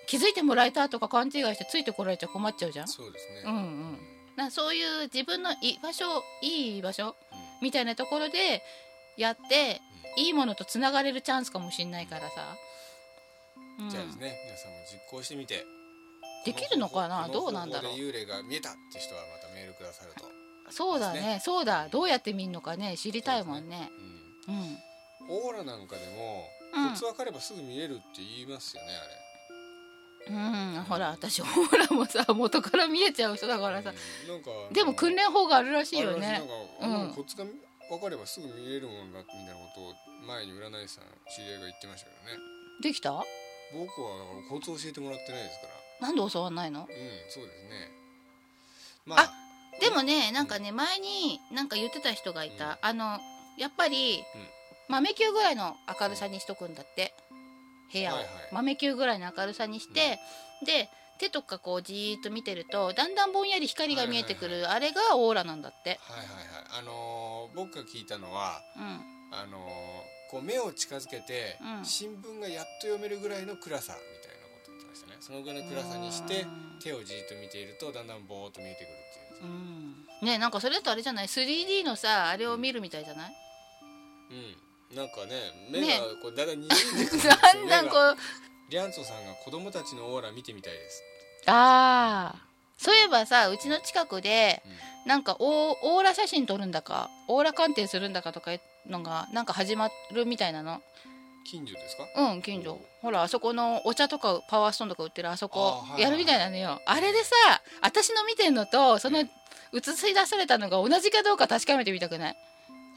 S1: 気づいてもらえたとか勘違いしてついてこられちゃ困っちゃうじゃん
S2: そうですね
S1: うんうんなそういう自分の居場所いい場所
S2: う
S1: みたいなところでやって、いいものとつながれるチャンスかもしんないからさ、うんん
S2: じゃあですね皆さんも実行してみて
S1: できるのかな
S2: こ
S1: ど
S2: の
S1: うなんだろう
S2: 方法で幽霊が見えたって人はまたメールくださると、
S1: そうだね
S2: ですね
S1: そうだどうやって見んのかね知りたいもんね
S2: うん
S1: う
S2: オーラなんかでも、
S1: うん
S2: コツ分かればすぐ見えるって言いますよね
S1: ん、うん、ほら私オーラもさ元から見えちゃう人だか
S2: あれ
S1: らさ、
S2: うんなんかあの
S1: でも訓練法があるらしいよ
S2: あれ
S1: ね
S2: なんか、
S1: うん
S2: うんコツが分かればすぐ見えるもんだみたいなことを前に占い師さん知り合いが言ってましたけどね
S1: できた
S2: 僕はだからコツ教えてもらってないですから
S1: なんで教わんないの
S2: うんそうですねまあ
S1: でもねなんかね前になんか言ってた人がいた、あのやっぱり、
S2: うん
S1: 豆球ぐらいの明るさにしとくんだって部屋を、
S2: はいはい
S1: 豆球ぐらいの明るさにして、で手とかこうじーっと見てるとだんだんぼんやり光が見えてくる、
S2: はい
S1: あれがオーラなんだって、
S2: はいはいはいあのー僕が聞いたのは
S1: うん、
S2: あのーこう目を近づけて、
S1: うん
S2: 新聞がやっと読めるぐらいの暗さみたいなこと言ってましたねそのぐらいの暗さにして手をじーっと見ているとだんだんぼーっと見えてくるっ
S1: う
S2: ていうん
S1: ねなんかそれだとあれじゃない 3D のさあれを見るみたいじゃない、
S2: うんなんかね目がこうだんだんにじんでくるんですよ
S1: だんだん
S2: 目
S1: こ
S2: が
S1: う
S2: リャンソさんが子供たちのオーラ見てみたいです、
S1: ああそういえばさうちの近くで
S2: うん
S1: なんかオーオーラ写真撮るんだかオーラ鑑定するんだかとかいうのがなんか始まるみたいなの
S2: 近所ですか
S1: うん近所ほらあそこのお茶とかパワーストーンとか売ってるあそこ
S2: あーはいはい
S1: やるみたいなのよあれでさ私の見てんのとその映し出されたのが同じかどうか確かめてみたくない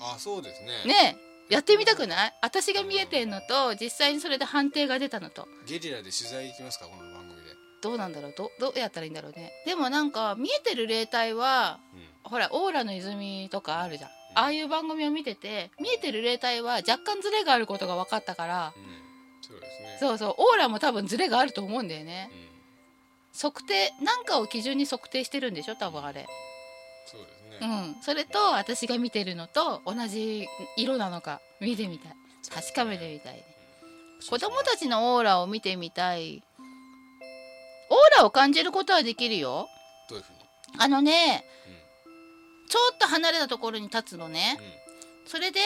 S2: あそうですね
S1: ねえやってみたくない私が見えてんのと実際にそれで判定が出たのと
S2: ゲリラで取材行きますかこの番組で、
S1: どうなんだろうどどうやったらいいんだろうねでもなんか見えてる霊体は
S2: うん
S1: ほら「オーラの泉」とかあるじゃんああいう番組を見てて見えてる霊体は若干ズレがあることが分かったから
S2: うん、そうですね
S1: そうそうオーラも多分ズレがあると思うんだよね
S2: うん
S1: 測定なんかを基準に測定してるんでしょ多分あれ、
S2: そうですね、
S1: うん、それと私が見てるのと同じ色なのか見てみたい確かめてみたいね子供たちのオーラを見てみたいオーラを感じることはできるよ
S2: どういうふうに
S1: あのねちょっと離れたところに立つのね
S2: うんうん
S1: それで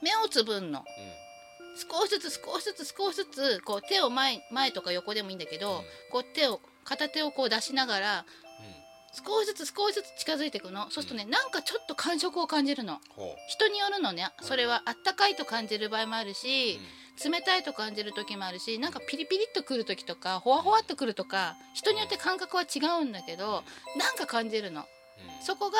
S1: 目をつぶんの
S2: うん
S1: 少しずつ少しずつ少しずつこう手を前前とか横でもいいんだけど、
S2: うん
S1: こう手を片手をこう出しながら
S2: うん
S1: 少しずつ少しずつ近づいていくのそうするとね、なんかちょっと感触を感じるの
S2: ほう
S1: 人によるのね
S2: うん
S1: それはあったかいと感じる場合もあるし
S2: うん、
S1: 冷たいと感じる時もあるしなんかピリピリっとくる時とかほわほわっとくるとか人によって感覚は違うんだけどなんか感じるの
S2: うん
S1: そこが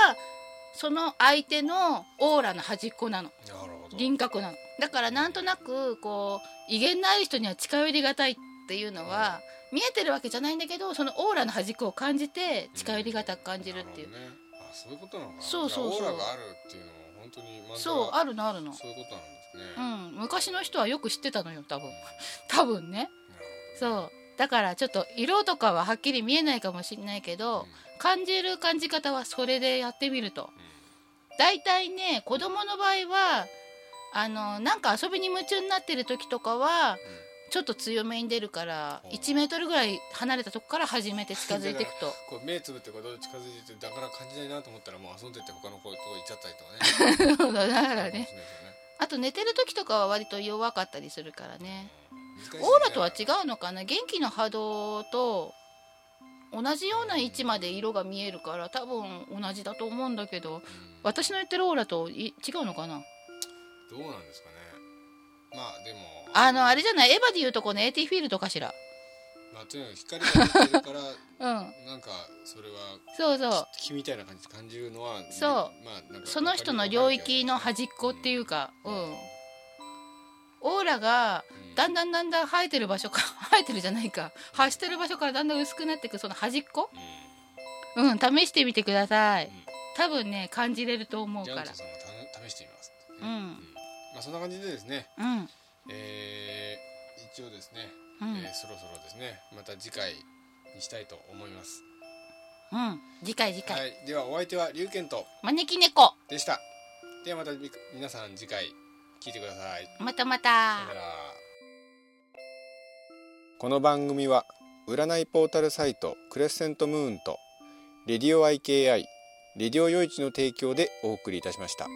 S1: その相手のオーラの端っこなの
S2: なるほど
S1: 輪郭なのだからなんとなくこう威厳のある人には近寄りがたいっていうのは、見えてるわけじゃないんだけどそのオーラの端っこを感じて近寄りがたく感じるっていう、
S2: なるほどね、あそういうことなのかな
S1: そうそうそう
S2: じゃあオーラがあるっていうのも本当に漫画は
S1: そうあるのあるの
S2: そういうことなんですね、
S1: う
S2: なる
S1: ん昔の人はよく知ってたのよ多分多分ねそうだからちょっと色とかははっきり見えないかもしれないけ
S2: ほど
S1: ど、
S2: ね
S1: 感じる感じ方はそれでやってみると
S2: うんうん
S1: 大体ね子供の場合はあのなんか遊びに夢中になってる時とかは
S2: うん
S1: ちょっと強めに出るから
S2: うん
S1: 1メートルぐらい離れたとこから始めて近づいていくと
S2: こう目つぶってこうどう近づいててだから感じないなと思ったらもう遊んでって他の子とこ行っちゃったりとかね
S1: だから
S2: そうか
S1: ね
S2: もしれないですよ
S1: あと寝てる時とかは割と弱かったりするからね
S2: うん難しいですね
S1: オーラとは違うのかな元気の波動と同じような位置まで色が見えるから多分同じだと思うんだけど
S2: うん
S1: 私の言ってるオーラとい違うのかな
S2: どうなんですかねまあでも
S1: あのあれじゃないエヴァで言うとこの AT フィールドかしら
S2: まあとにかく光が出てるから
S1: うん
S2: なんかそれは
S1: そうそう
S2: 気みたいな感じ感じるのはね
S1: そう
S2: まあなんか
S1: その人の領域の端っこっていうかうんオーラが
S2: うん
S1: だんだんだんだん生えてる場所か 生えてるじゃないか発してる場所からだんだん薄くなっていくその端っこ
S2: う
S1: うん試してみてください
S2: うん
S1: 多分ね感じれると思
S2: ん
S1: う
S2: ジ
S1: か
S2: ャ
S1: ら
S2: ントさんもた試してみます
S1: うん
S2: まあそんな感じでですね
S1: うん
S2: えー一応ですね
S1: うん
S2: えーそろそろですねまた次回にしたいと思います
S1: うん次回次回
S2: はいではお相手は龍賢と
S1: 招き猫
S2: でしたではまたみ皆さん次回聞いてください
S1: またま
S2: さ
S1: た
S2: よならこの番組は占いポータルサイトクレッセントムーンとレディオ IKI レディオイチの提供でお送りいたしました